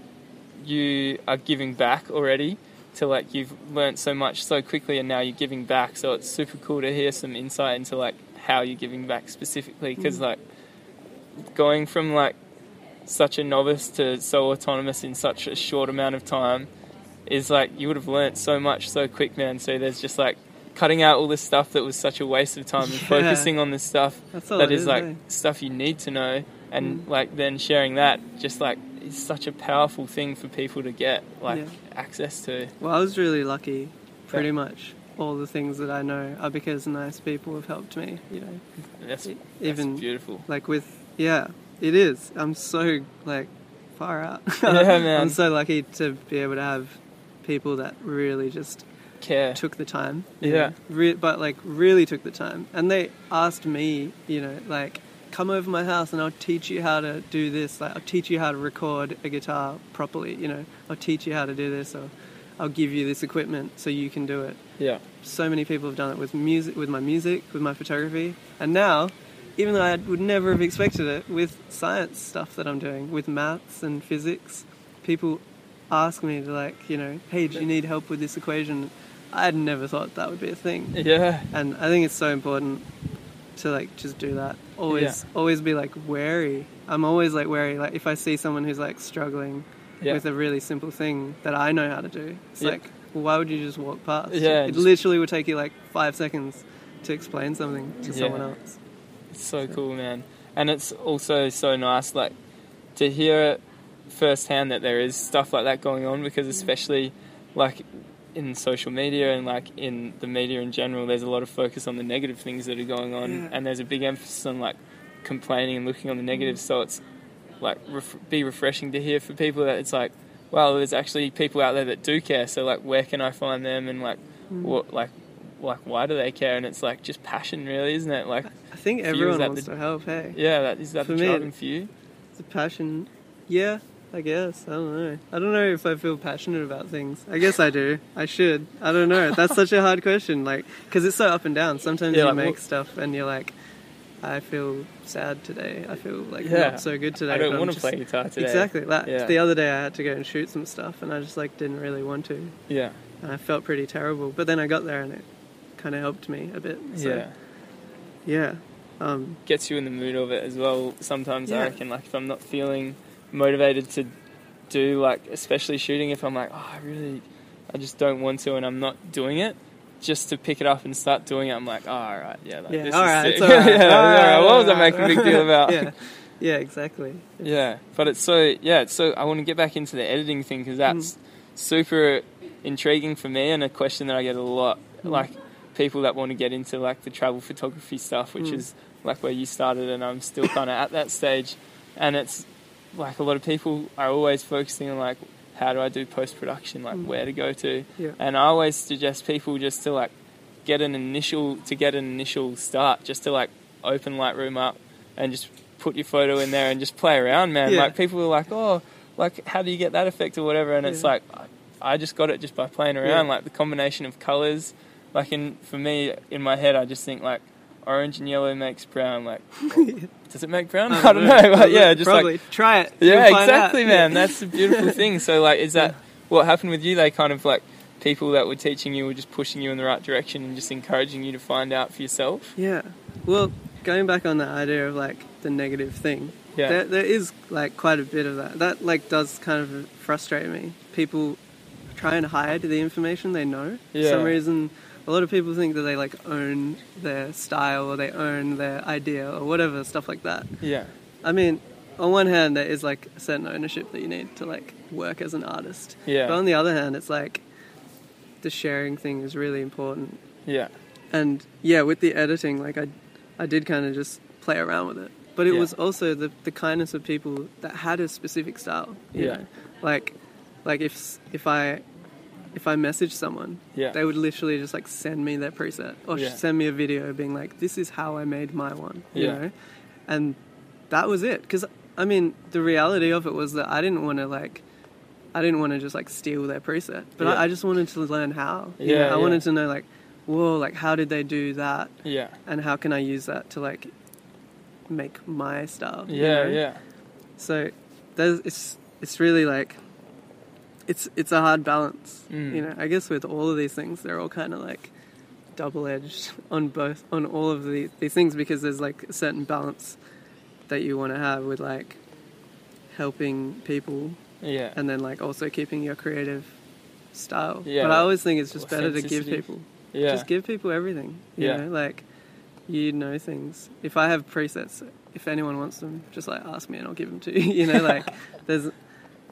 you are giving back already. to like you've learnt so much so quickly and now you're giving back. So it's super cool to hear some insight into like how you're giving back specifically because like going from like such a novice to so autonomous in such a short amount of time is like you would have learnt so much so quick, man. So there's just like cutting out all this stuff that was such a waste of time and
Yeah.
focusing on the stuff
That's all
that
it
is
is,
like
eh? Mm.
stuff you need to know and like then sharing that just like is such a powerful thing for people to get like
Yeah.
access to.
Well, I was really lucky. Pretty much all the things that I know are because nice people have helped me. You know,
That's,
E-
that's
even-
beautiful.
like with yeah, it is. I'm so like far out.
Yeah, man.
I'm so lucky to be able to have people that really just
Care.
took the time.
Yeah.
know, re- but like really took the time, and they asked me, you know, like come over my house and I'll teach you how to do this. Like I'll teach you how to record a guitar properly. You know, I'll teach you how to do this, or I'll give you this equipment so you can do it.
Yeah.
So many people have done it with music, with my music, with my photography, and now. Even though I would never have expected it, with science stuff that I'm doing, with maths and physics, people ask me to like, you know, hey, do you need help with this equation? I'd never thought that would be a thing
Yeah.
and I think it's so important to like just do that. Always, always be like wary. I'm always like wary. Like if I see someone who's like struggling
Yeah.
with a really simple thing that I know how to do, it's
Yeah.
like well, why would you just walk past?
Yeah,
it
just-
literally would take you like five seconds to explain something to
Yeah.
someone else.
It's so cool, man. And it's also so nice, like, to hear it firsthand that there is stuff like that going on because, especially, like, in social media and, like, in the media in general, there's a lot of focus on the negative things that are going on,
Yeah.
and there's a big emphasis on, like, complaining and looking on the negative. So it's, like, ref- be refreshing to hear for people that it's like, wow, there's actually people out there that do care. So, like, where can I find them? And, like, what, like, like why do they care? And it's like just passion, really, isn't it? Like
I think
For you, is
everyone
that
wants
the-
to help. Hey,
yeah, that is that
For
the
me,
driving for you?
it's a passion. Yeah, I guess. I don't know. I don't know if I feel passionate about things. I guess I do. I should. I don't know. That's such a hard question. Like, because it's so up and down. Sometimes
Yeah,
you
like,
make
what-
stuff and you're like, I feel sad today. I feel like
Yeah.
not so good today.
I
but
don't
I'm
want to
just-
play guitar today.
Exactly. Like,
Yeah.
The other day I had to go and shoot some stuff and I just like didn't really want to.
Yeah.
And I felt pretty terrible. But then I got there and it kind of helped me a bit. So,
yeah.
Yeah. Um,
Gets you in the mood of it as well. Sometimes I
Yeah.
reckon like if I'm not feeling motivated to do like especially shooting if I'm like, oh I really I just don't want to and I'm not doing it, just to pick it up and start doing it, I'm like, oh, all right, yeah, like,
Yeah,
this
all
is
right,
sick.
it's all right,
yeah,
all
all right,
right,
What
all
was I
right.
making a big deal about?
yeah. Yeah, exactly.
Yeah, but it's so yeah, it's so I want to get back into the editing thing because that's super intriguing for me and a question that I get a lot. Like people that want to get into like the travel photography stuff, which
Mm.
is like where you started, and I'm still kind of at that stage. And it's like a lot of people are always focusing on like how do I do post production, like where to go to,
Yeah.
and I always suggest people just to like get an initial to get an initial start, just to like open Lightroom up and just put your photo in there and just play around, man.
Yeah.
Like people are like, oh, like how do you get that effect or whatever, and it's
Yeah.
like I- I just got it just by playing around,
Yeah.
like the combination of colors. Like in for me in my head, I just think like orange and yellow makes brown. Like does it make brown? I don't know, but yeah, just like
probably try it. You'll
yeah,
find out.
exactly,
Yeah.
man. That's the beautiful thing. So, like, is that what happened with you? They kind of like people that were teaching you were just pushing you in the right direction and just encouraging you to find out for yourself.
Yeah. Well, going back on the idea of like the negative thing,
Yeah.
there, there is like quite a bit of that. That like does kind of frustrate me. People try and hide the information they know.
Yeah.
For some reason, a lot of people think that they like own their style or they own their idea or whatever stuff like that.
Yeah,
I mean, on one hand, there is like a certain ownership that you need to like work as an artist.
Yeah.
But on the other hand, it's like the sharing thing is really important.
yeah,
And yeah, with the editing, like I, I did kind of just play around with it. But it
Yeah.
was also the the kindness of people that had a specific style. you
Yeah.
know? Like, like if s- if I. If I messaged someone,
Yeah.
they would literally just like send me their preset or
Yeah.
send me a video being like, "This is how I made my one," you
Yeah.
know, and that was it. Because I mean, the reality of it was that I didn't want to like, I didn't want to just like steal their preset, but
Yeah.
I, I just wanted to learn how. you
Yeah,
know? I
yeah.
wanted to know like, whoa, like how did they do that,
yeah,
and how can I use that to like make my style? you
yeah,
know?
yeah,
So there's it's it's really like it's it's a hard balance.
Mm.
You know, I guess with all of these things, they're all kind of like double edged on both on all of the these things because there's like a certain balance that you want to have with like helping people
yeah,
and then like also keeping your creative style.
Yeah.
But I always think it's just better to give
Authenticity.
people
yeah,
just give people everything. You
Yeah.
know, like you know things. If I have presets, if anyone wants them, just like ask me and I'll give them to you. You know, like there's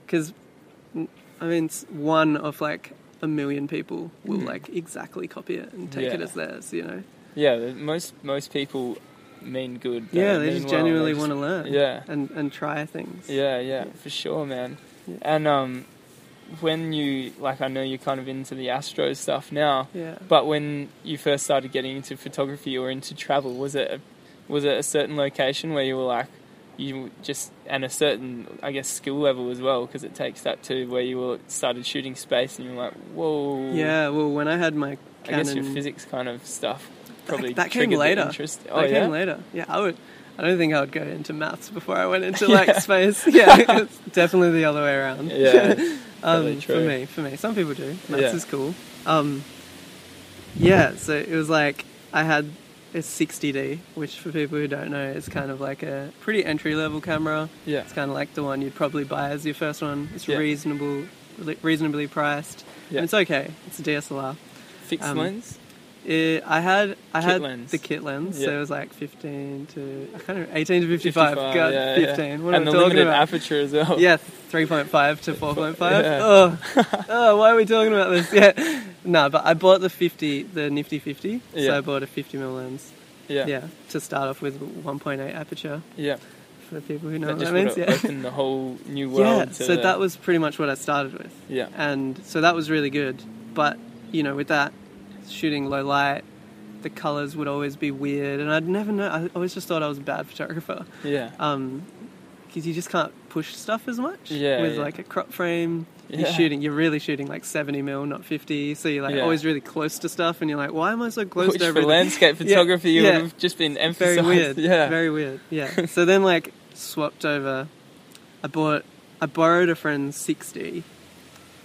because I mean s- one of like a million people will
Mhm.
like exactly copy it and take it
Yeah.
as theirs. You know,
yeah. the- Most most people mean good.
yeah, they just genuinely want to learn.
Yeah.
and and try things.
Yeah, yeah,
Yeah.
for sure, man.
Yeah.
And um, when you like, I know you're kind of into the Astros stuff now,
yeah.
but when you first started getting into photography or into travel, was it a, was it a certain location where you were like, you just and a certain, I guess, skill level as well, because it takes that too, where you were started shooting space and you were like, whoa,
Yeah, well, when I had my
Mm. I guess your
Canon-
physics kind of stuff probably
that came
triggered the
later.
interest.
That
Oh yeah,
came later. Yeah, I would. I don't think I would go into maths before I went into
Yeah.
like space. Yeah, it's definitely the other way around.
yeah, probably
um, for
true.
me, for me, some people do. Maths
Yeah.
is cool. Um, yeah, so it was like I had a 60D, which for people who don't know is kind of like a pretty entry level camera.
yeah,
It's kind of like the one you'd probably buy as your first one. It's
Yeah.
reasonable, reasonably priced.
Yeah.
And it's okay. It's a DSLR.
fixed
um,
lens.
It, Uh, I had I
Kit
had
lens.
the kit lens, so
Yeah.
it was like fifteen to I can't remember, eighteen to fifty five. God,
yeah, yeah.
fifteen. What am
and
I
the
talking
limited
about?
aperture as well.
yeah, three point five to four point five.
Yeah.
Oh, oh, why are we talking about this? Yeah, no, but I bought the fifty, the nifty fifty. So
Yeah.
I bought a fifty mil lens.
yeah,
Yeah. to start off with one point eight aperture
yeah.
for the people who know
That
what
just
that
would
means.
have
Yeah,
opened the whole new world.
yeah.
to
So
the-
that was pretty much what I started with
yeah,
and so that was really good. But you know, with that shooting low light, the colors would always be weird, and I'd never know. I always just thought I was a bad photographer
yeah,
because you just can't push stuff as much.
Yeah,
with
yeah.
like a crop frame,
Yeah.
you're shooting. You're really shooting like seventy mil, not fifty. So you're like
Yeah.
always really close to stuff, and you're like, why am I so close
Which
to
for
everything?
landscape
Yeah,
photography you
yeah.
would have just been
very
emphasized.
weird.
Yeah,
very weird. Yeah. so then like swapped over. I bought. I borrowed a friend's sixty,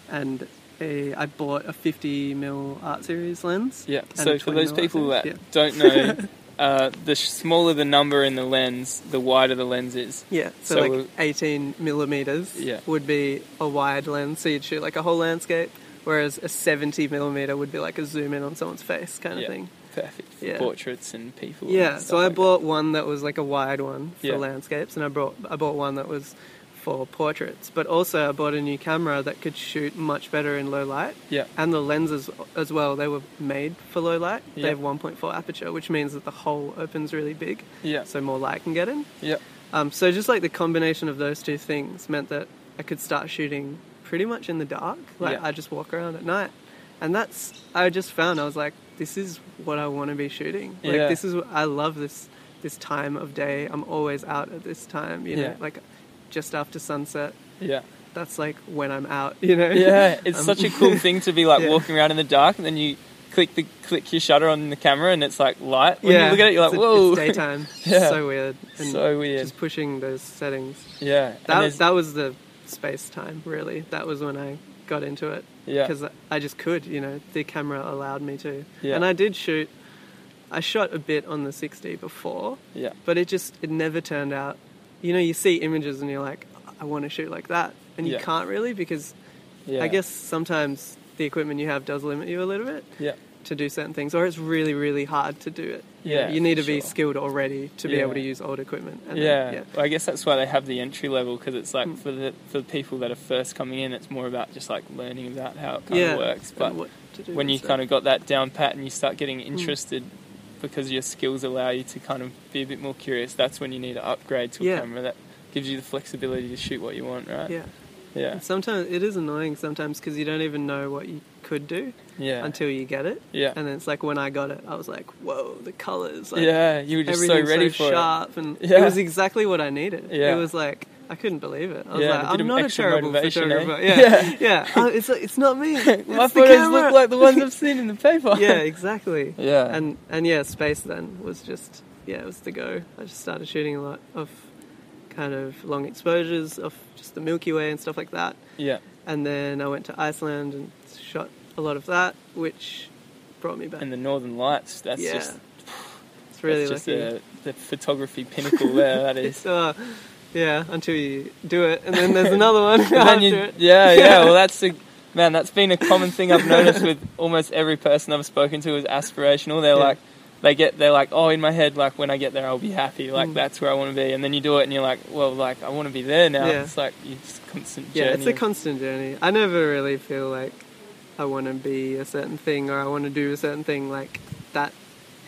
and a, I bought a fifty mil art series lens.
yeah.
and
So
a
for
20
those
mil art
people
series,
that
yeah.
don't know, uh, the sh- smaller the number in the lens, the wider the lens is.
Yeah, so,
So
like
we'll-
18 millimeters
Yeah.
would be a wide lens, so you'd shoot like a whole landscape, whereas a 70 millimeter would be like a zoom in on someone's face kind of
Yeah.
thing.
Perfect for
Yeah.
portraits and people. and
Yeah,
stuff
so I
like that.
bought one that was like a wide one for
Yeah.
landscapes, and I brought I bought one that was for portraits. But also, I bought a new camera that could shoot much better in low light,
Yeah,
and the lenses as well. They were made for low light. They
Yeah.
have 1.4 aperture, which means that the hole opens really big,
yeah,
so more light can get in.
yeah,
Um, so just like the combination of those two things meant that I could start shooting pretty much in the dark. Like
Yeah.
I just walk around at night, and that's I just found I was like, this is what I want to be shooting. Like
Yeah.
this is what- I love this this time of day. I'm always out at this time. You know,
Yeah.
like just after sunset.
yeah.
That's like when I'm out. You know.
Yeah, it's
Um,
such a cool thing to be like
Yeah.
walking around in the dark, and then you click the click your shutter on the camera, and it's like light. When you look at it, you're like,
it's a-
whoa,
It's daytime.
Yeah.
So weird. And
so weird.
Just pushing those settings.
yeah, and
That
there's-
that was the space time really. That was when I got into it
yeah,
because I just could. You know, the camera allowed me to,
Yeah.
and I did shoot. I shot a bit on the 60 before,
yeah,
but it just it never turned out. You know, you see images and you're like, I want to shoot like that, and you
Yeah.
can't really because
yeah.
I guess sometimes the equipment you have does limit you a little bit
yeah,
to do certain things, or it's really really hard to do it. You know,
Yeah,
you need to
for
be
sure.
skilled already to be
Yeah.
able to use old equipment. And
yeah.
then, yeah. Mm.
Well, I guess that's why they have the entry level because it's like for the for people that are first coming in, it's more about just like learning about how it kind
yeah,
of works.
and
But
what to do
when
and
you
stuff. Mm.
kind of got that down pat and you start getting interested. Because your skills allow you to kind of be a bit more curious. That's when you need to upgrade to a
Yeah.
camera that gives you the flexibility to shoot what you want, right?
yeah.
yeah,
And sometimes it is annoying sometimes because you don't even know what you could do
yeah.
until you get it.
Yeah.
And then it's like when I got it, I was like, whoa, the colors. Like,
yeah, you were just so
everything's
ready for
sharp. And
Yeah.
it was exactly what I needed.
Yeah.
It was like, I couldn't believe it. I was
Yeah, a
like,
bit of
I'm not a
extra
terrible
motivation, eh?
photographer. Yeah. Yeah. Oh, it's, like, it's not me.
it.
It's
My
the
photos
camera.
look like the ones I've seen in the paper.
yeah, exactly.
yeah,
And, and yeah, space then was just, yeah, it was the go. I just started shooting a lot of kind of long exposures of just the Milky Way and stuff like that.
yeah,
and then I went to Iceland and shot a lot of that, which brought me back.
And the Northern Lights. That's
yeah,
just
it's really
that's just
lucky.
a, the photography pinnacle there. That is.
It's, uh, yeah, until you do it, and then there's another one
And
after
you-
it.
yeah, yeah. Well, that's the man. That's been a common thing I've noticed with almost every person I've spoken to is aspirational. They're
Yeah.
like, they get, they're like, oh, in my head, like when I get there, I'll be happy. Like
Mm.
that's where I want to be. And then you do it, and you're like, well, like I want to be there now.
Yeah.
It's like it's constant
Yeah,
journey.
it's a constant journey. I never really feel like I want to be a certain thing or I want to do a certain thing like that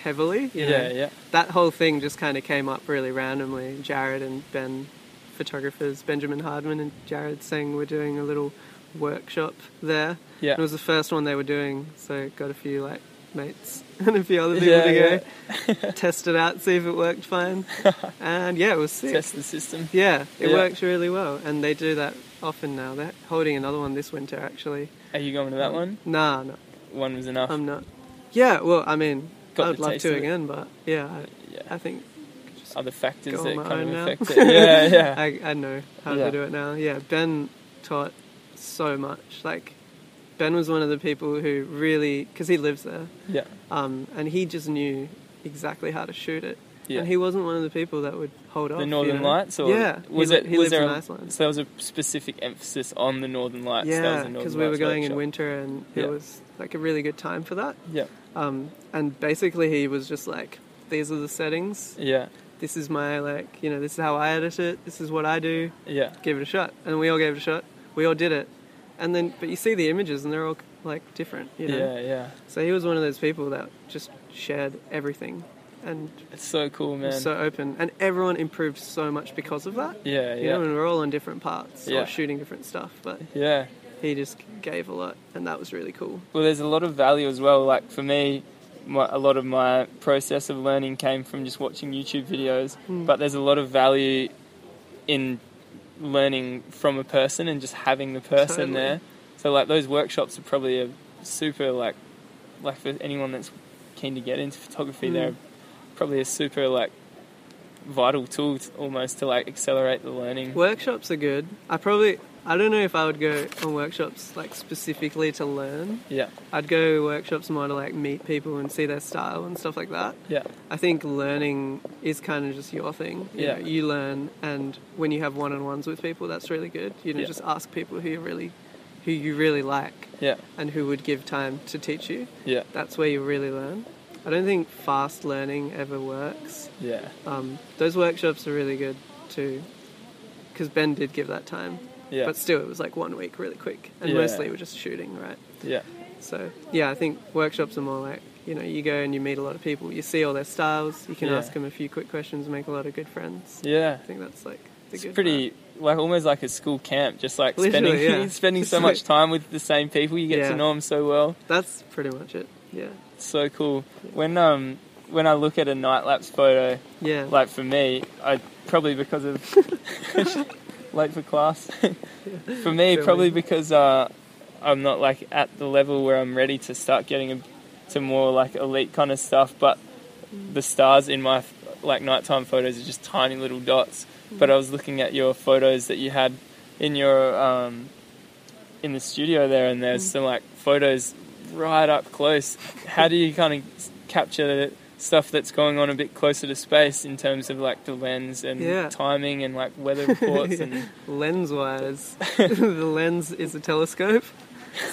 heavily. You know?
yeah, yeah,
That whole thing just kind of came up really randomly. Jared and Ben, photographers Benjamin Hardman and Jared Singh, were doing a little workshop there.
yeah.
It was the first one they were doing, so got a few like mates and a few other people
Yeah,
to go test it out, see if it worked fine. and yeah, it was sick.
Test the system.
Yeah, it
Yeah.
works really well, and they do that often now. They're holding another one this winter, actually.
Are you going to that one?
Nah, no,
One was enough.
Mm. I'm not. Yeah, well, I mean,
Oh. Got
I'd
the
love
taste
to
of it.
again, but yeah, I,
yeah.
I think
Other factors
go
that
on my
kind
own
of
now.
affect it. Yeah, yeah.
I, I know how
Yeah.
to do it now. Yeah, Ben taught so much. Like, Ben was one of the people who really, because he lives there,
yeah.
um, and he just knew exactly how to shoot it.
Yeah.
And he wasn't one of the people that would hold off.
the
you
Northern
know?
Lights, or
yeah,
was
he, li-
it
He
was
lives
there
in
a-
Iceland.
So there was a specific emphasis on the Northern Lights. that was
Yeah,
a Northern
because we were
Lights
going in
workshop.
winter and it
Yeah.
was like a really good time for that.
Yeah,
Um, and basically, he was just like, these are the settings.
yeah,
This is my, like, you know, this is how I edit it. This is what I do.
yeah,
Give it a shot. And we all gave it a shot. We all did it. And then, but you see the images and they're all like different, you know?
yeah, yeah.
So he was one of those people that just shared everything and
It's so cool, man.
was so open. And everyone improved so much because of that.
yeah,
You know,
yeah,
and we're all on different paths,
Yeah.
all shooting different stuff, but
yeah.
he just gave a lot, and that was really cool.
Well, there's a lot of value as well. Like for me, my, a lot of my process of learning came from just watching YouTube videos.
Mm.
But there's a lot of value in learning from a person and just having the person
Totally.
there. So like those workshops are probably a super like like for anyone that's keen to get into photography,
Mm.
they're probably a super like vital tool to, almost to like accelerate the learning.
Workshops are good. I probably I don't know if I would go on workshops like specifically to learn.
Yeah,
I'd go workshops more to like meet people and see their style and stuff like that.
yeah,
I think learning is kind of just your thing. You
Yeah.
know, you learn, and when you have one-on-ones with people, that's really good. You know,
Yeah.
just ask people who you really, who you really like,
yeah,
and who would give time to teach you.
yeah,
That's where you really learn. I don't think fast learning ever works.
yeah,
Um, those workshops are really good too, because Ben did give that time.
yeah,
But still, it was like one week, really quick, and
Yeah.
mostly we're just shooting, right?
yeah,
So yeah, I think workshops are more like you know you go and you meet a lot of people, you see all their styles, you can
Yeah.
ask 'em ask them a few quick questions, make a lot of good friends.
yeah.
I think that's like the
It's
good
pretty like almost like a school camp, just like
Literally,
spending
yeah.
spending so
It's
much
like-
time with the same people. You get to
Yeah.
know them so well.
part. That's pretty much it. Yeah,
It's so cool. When um when I look at a night lapse photo,
yeah,
like for me, I probably because of late for class. for me,
Filming.
probably because uh, I'm not like at the level where I'm ready to start getting a, to more like elite kind of stuff. But
Mm.
the stars in my like nighttime photos are just tiny little dots. But
Mm.
I was looking at your photos that you had in your um, in the studio there, and there's
Mm.
some like photos right up close. How do you kind of capture the stuff that's going on a bit closer to space in terms of like the lens and
Yeah.
timing and like weather reports and
lens wise, the lens is a telescope,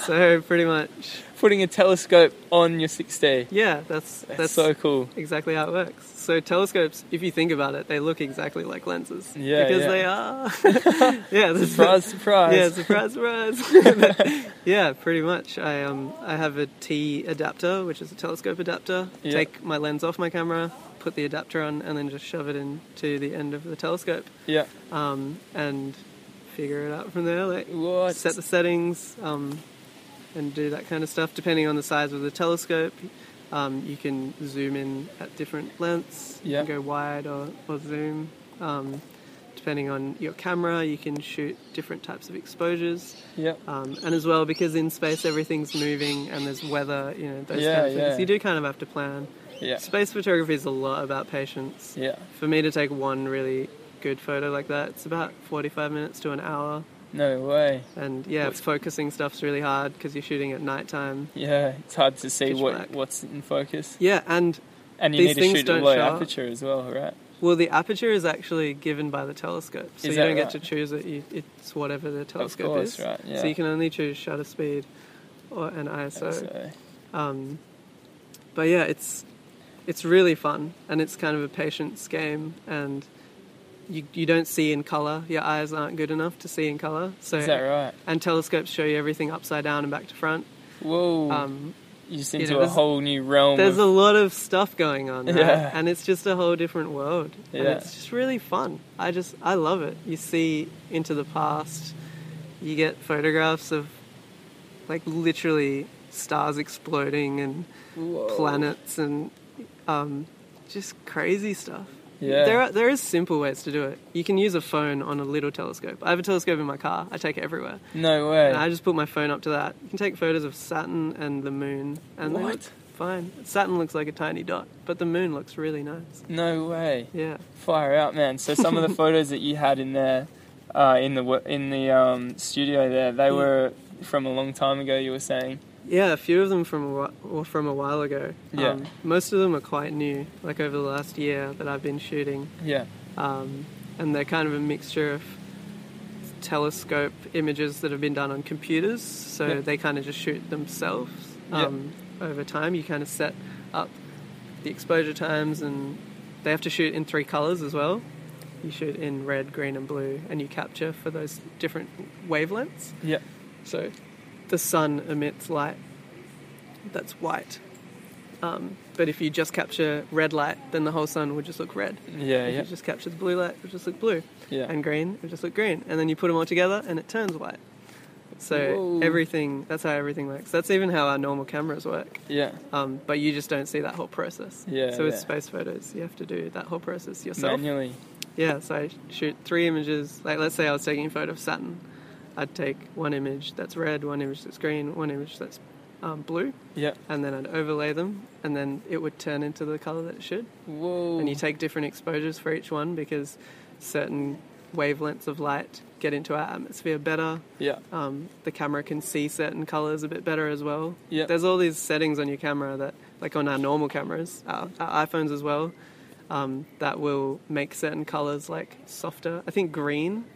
so pretty much
putting a telescope on your 6D?
yeah, that's
That's,
that's
so cool.
exactly how it works. So telescopes, if you think about it, they look exactly like lenses.
Yeah,
because
yeah.
they are. yeah, that's-
Surprise, surprise.
Yeah, surprise, surprise. yeah, pretty much. I um I have a T adapter, which is a telescope adapter.
Yeah.
Take my lens off my camera, put the adapter on, and then just shove it into the end of the telescope.
yeah.
Um, and figure it out from there. Like
What?
set the settings um, and do that kind of stuff. Depending on the size of the telescope, um, you can zoom in at different lengths. You
Yeah.
can go wide or, or zoom. Um, depending on your camera, you can shoot different types of exposures.
yeah.
Um, and as well, because in space everything's moving and there's weather, you know, those
Yeah,
kind of things,
yeah.
you do kind of have to plan.
Yeah.
Space photography is a lot about patience.
Yeah.
For me to take one really good photo like that, it's about 45 minutes to an hour
No way.
And yeah,
Which-
focusing stuff's really hard because you're shooting at nighttime.
Yeah, it's hard to see
Pitch
what
black.
what's in focus,
Yeah, and
and you
These
need to
things
shoot at
don't
low
show up.
aperture as well, right?
well, the aperture is actually given by the telescope, so
Is
you
that
don't get to
right?
choose it. You, it's whatever the telescope
of course,
is.
right? Yeah.
So you can only choose shutter speed or an ISO.
So,
Um, but yeah, it's it's really fun, and it's kind of a patience game, and you you don't see in color. Your eyes aren't good enough to see in color. So
is that right?
and telescopes show you everything upside down and back to front.
Whoa!
Um,
you just
you know,
into a
there's-
whole new realm.
there's
of-
a lot of stuff going on, right?
Yeah.
and it's just a whole different world, and
Yeah.
it's just really fun. I just I love it. You see into the past, you get photographs of like literally stars exploding and
Whoa.
planets and um, just crazy stuff.
Yeah.
There are there is simple ways to do it. You can use a phone on a little telescope. I have a telescope in my car. I take it everywhere.
No way.
And I just put my phone up to that. You can take photos of Saturn and the moon and they
What?
look fine. Saturn looks like a tiny dot, but the moon looks really nice.
no way.
Yeah.
Fire out, man! So some of the photos that you had in there, uh, in the wo- in the um, studio there, they
Mm.
were from a long time ago. You were saying,
Yeah, a few of them from a while, or from a while ago. Um,
Yeah.
most of them are quite new, like over the last year that I've been shooting.
yeah,
um, and they're kind of a mixture of telescope images that have been done on computers, so
Yeah.
they kind of just shoot themselves
Yeah.
um, over time. You kind of set up the exposure times, and they have to shoot in three colors as well. You shoot in red, green, and blue, and you capture for those different wavelengths.
yeah,
So the sun emits light that's white. Um, but if you just capture red light, then the whole sun would just look red.
yeah,
If
yeah,
you just capture the blue light, it would just look blue.
yeah.
And green, it would just look green. And then you put them all together and it turns white. So
Whoa.
everything, that's how everything works. That's even how our normal cameras work.
yeah.
Um, but you just don't see that whole process.
Yeah,
So with
yeah.
space photos, you have to do that whole process yourself.
Manually.
Yeah, so I shoot three images. Like, let's say I was taking a photo of Saturn. I'd take one image that's red, one image that's green, one image that's um, blue,
Yeah.
and then I'd overlay them, and then it would turn into the color that it should.
Whoa.
And you take different exposures for each one because certain wavelengths of light get into our atmosphere better.
yeah.
Um, the camera can see certain colors a bit better as well.
Yeah.
There's all these settings on your camera that, like on our normal cameras, our, our iPhones as well, um, that will make certain colors like softer. I think green.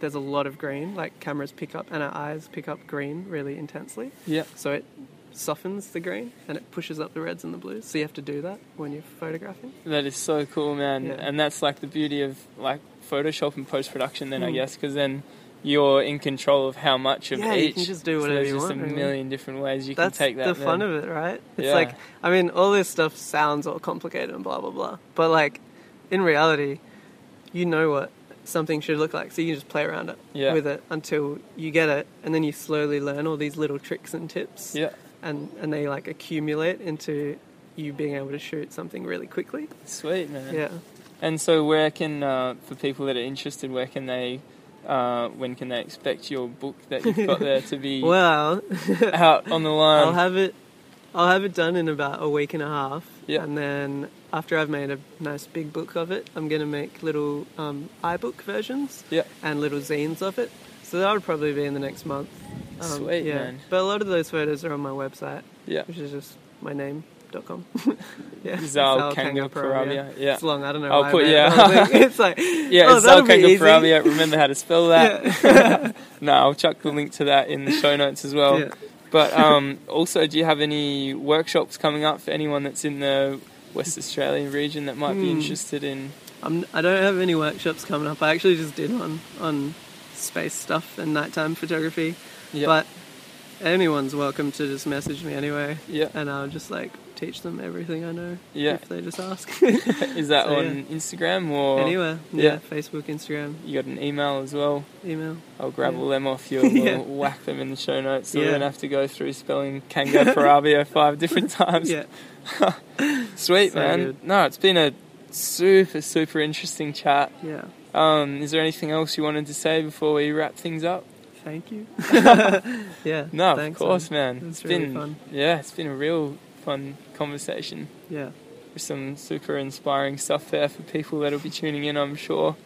There's a lot of green. Like cameras pick up and our eyes pick up green really intensely,
Yeah.
so it softens the green and it pushes up the reds and the blues. So you have to do that when you're photographing.
That is so cool, man.
Yeah.
And that's like the beauty of like Photoshop and post production. Then I
Mm.
guess because then you're in control of how much of
Yeah,
each.
you can just do
So
whatever
there's
you
just
want,
a
really.
million different ways you
That's
can take that.
the fun
then.
of it, right? It's
Yeah.
like, I mean, all this stuff sounds all complicated and blah blah blah, but like, in reality, you know what something should look like, so you can just play around it
Yeah.
with it until you get it, and then you slowly learn all these little tricks and tips,
Yeah.
and and they like accumulate into you being able to shoot something really quickly.
Sweet, man.
Yeah.
And so, where can uh, for people that are interested, where can they? Uh, when can they expect your book that you've got there to be
Well,
out on the line?
I'll have it. I'll have it done in about a week and a half,
Yeah.
and then after I've made a nice big book of it, I'm going to make little um, iBook versions
yeah,
and little zines of it. So that would probably be in the next month. Um,
Sweet, man.
But a lot of those photos are on my website,
yeah.
which is just my name. Dot com. yeah.
Zal
Zal Kangaparabia.
Kangaparabia, yeah.
It's long. I don't know.
I'll
why I
put-
made it
yeah.
that long. It's like
Yeah,
oh,
it's
that'll be easy.
Alcancaparabia. Remember how to spell that.
Yeah.
no, I'll chuck the link to that in the show notes as well.
Yeah.
But um, also, do you have any workshops coming up for anyone that's in the West Australian region that might be
Hmm.
interested in?
I'm, I don't have any workshops coming up. I actually just did one on space stuff and nighttime photography.
Yeah,
But anyone's welcome to just message me anyway,
yeah,
and I'll just like teach them everything I know
Yeah.
if they just ask.
is that
so, yeah.
on Instagram or
Anywhere, yeah.
Yeah.
Facebook, Instagram,
you got an email as well?
email.
I'll grab
Yeah.
all them off you and we'll
Yeah.
whack them in the show notes so we
Yeah.
don't have to go through spelling Kangaparabia five different times.
Yeah,
Sweet,
So
man.
good.
No, it's been a super, super interesting chat.
yeah.
Um, is there anything else you wanted to say before we wrap things up?
Thank you. yeah.
No,
thanks,
of course, man.
It's
It's
really
been
fun.
yeah, it's been a real fun conversation
Yeah.
with some super inspiring stuff there for people that'll be tuning in, I'm sure,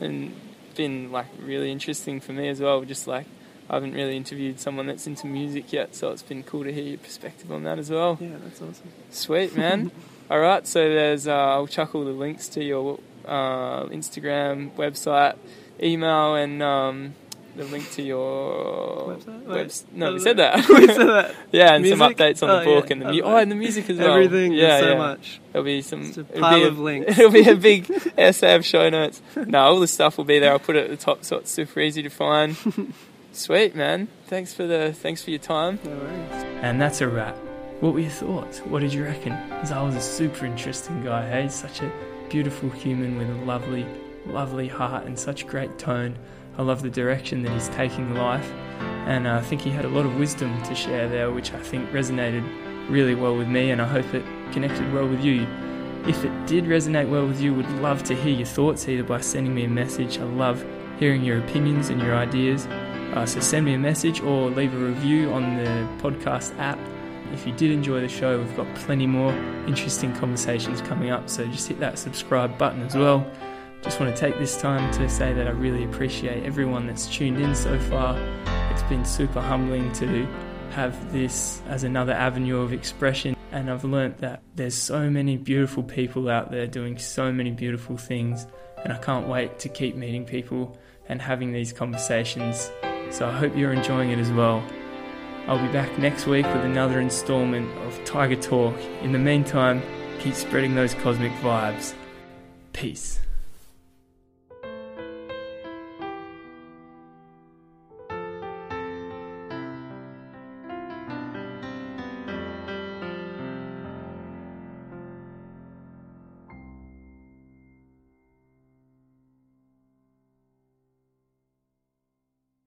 and
been like really interesting for me as well. Just like I haven't really interviewed someone that's into music yet, so it's been cool to hear your perspective on that as well.
Yeah, that's awesome.
Sweet man. all right, so there's uh, I'll chuck all the links to your uh, Instagram, website, email, and um, the link to your
Website?
webs-
Wait,
no, we
that-
said that.
we said that.
yeah, and some
Music?
updates on the
Oh,
book
yeah.
and the mu-
Okay.
oh, and the music as well.
Everything.
yeah,
there's so
yeah.
much.
There'll be
Mm.
some
It's a
it'll be
pile
a-
of links.
It'll be a big essay of show notes. No, all the stuff will be there. I'll put it at the top, so it's super easy to find. Sweet man, thanks for the thanks for your time.
No worries.
And that's a wrap. What were your thoughts? What did you reckon? Zala's a super interesting guy, hey? Such a beautiful human with a lovely, lovely heart and such great tone. I love the direction that he's taking life. And uh, I think he had a lot of wisdom to share there, which I think resonated really well with me, and I hope it connected well with you. If it did resonate well with you, would love to hear your thoughts either by sending me a message. I love hearing your opinions and your ideas. Uh, so send me a message or leave a review on the podcast app. If you did enjoy the show, we've got plenty more interesting conversations coming up. So just hit that subscribe button as well. Just want to take this time to say that I really appreciate everyone that's tuned in so far. It's been super humbling to have this as another avenue of expression. And I've learnt that there's so many beautiful people out there doing so many beautiful things. And I can't wait to keep meeting people and having these conversations so I hope you're enjoying it as well. I'll be back next week with another installment of Tiger Talk. In the meantime, keep spreading those cosmic vibes. Peace.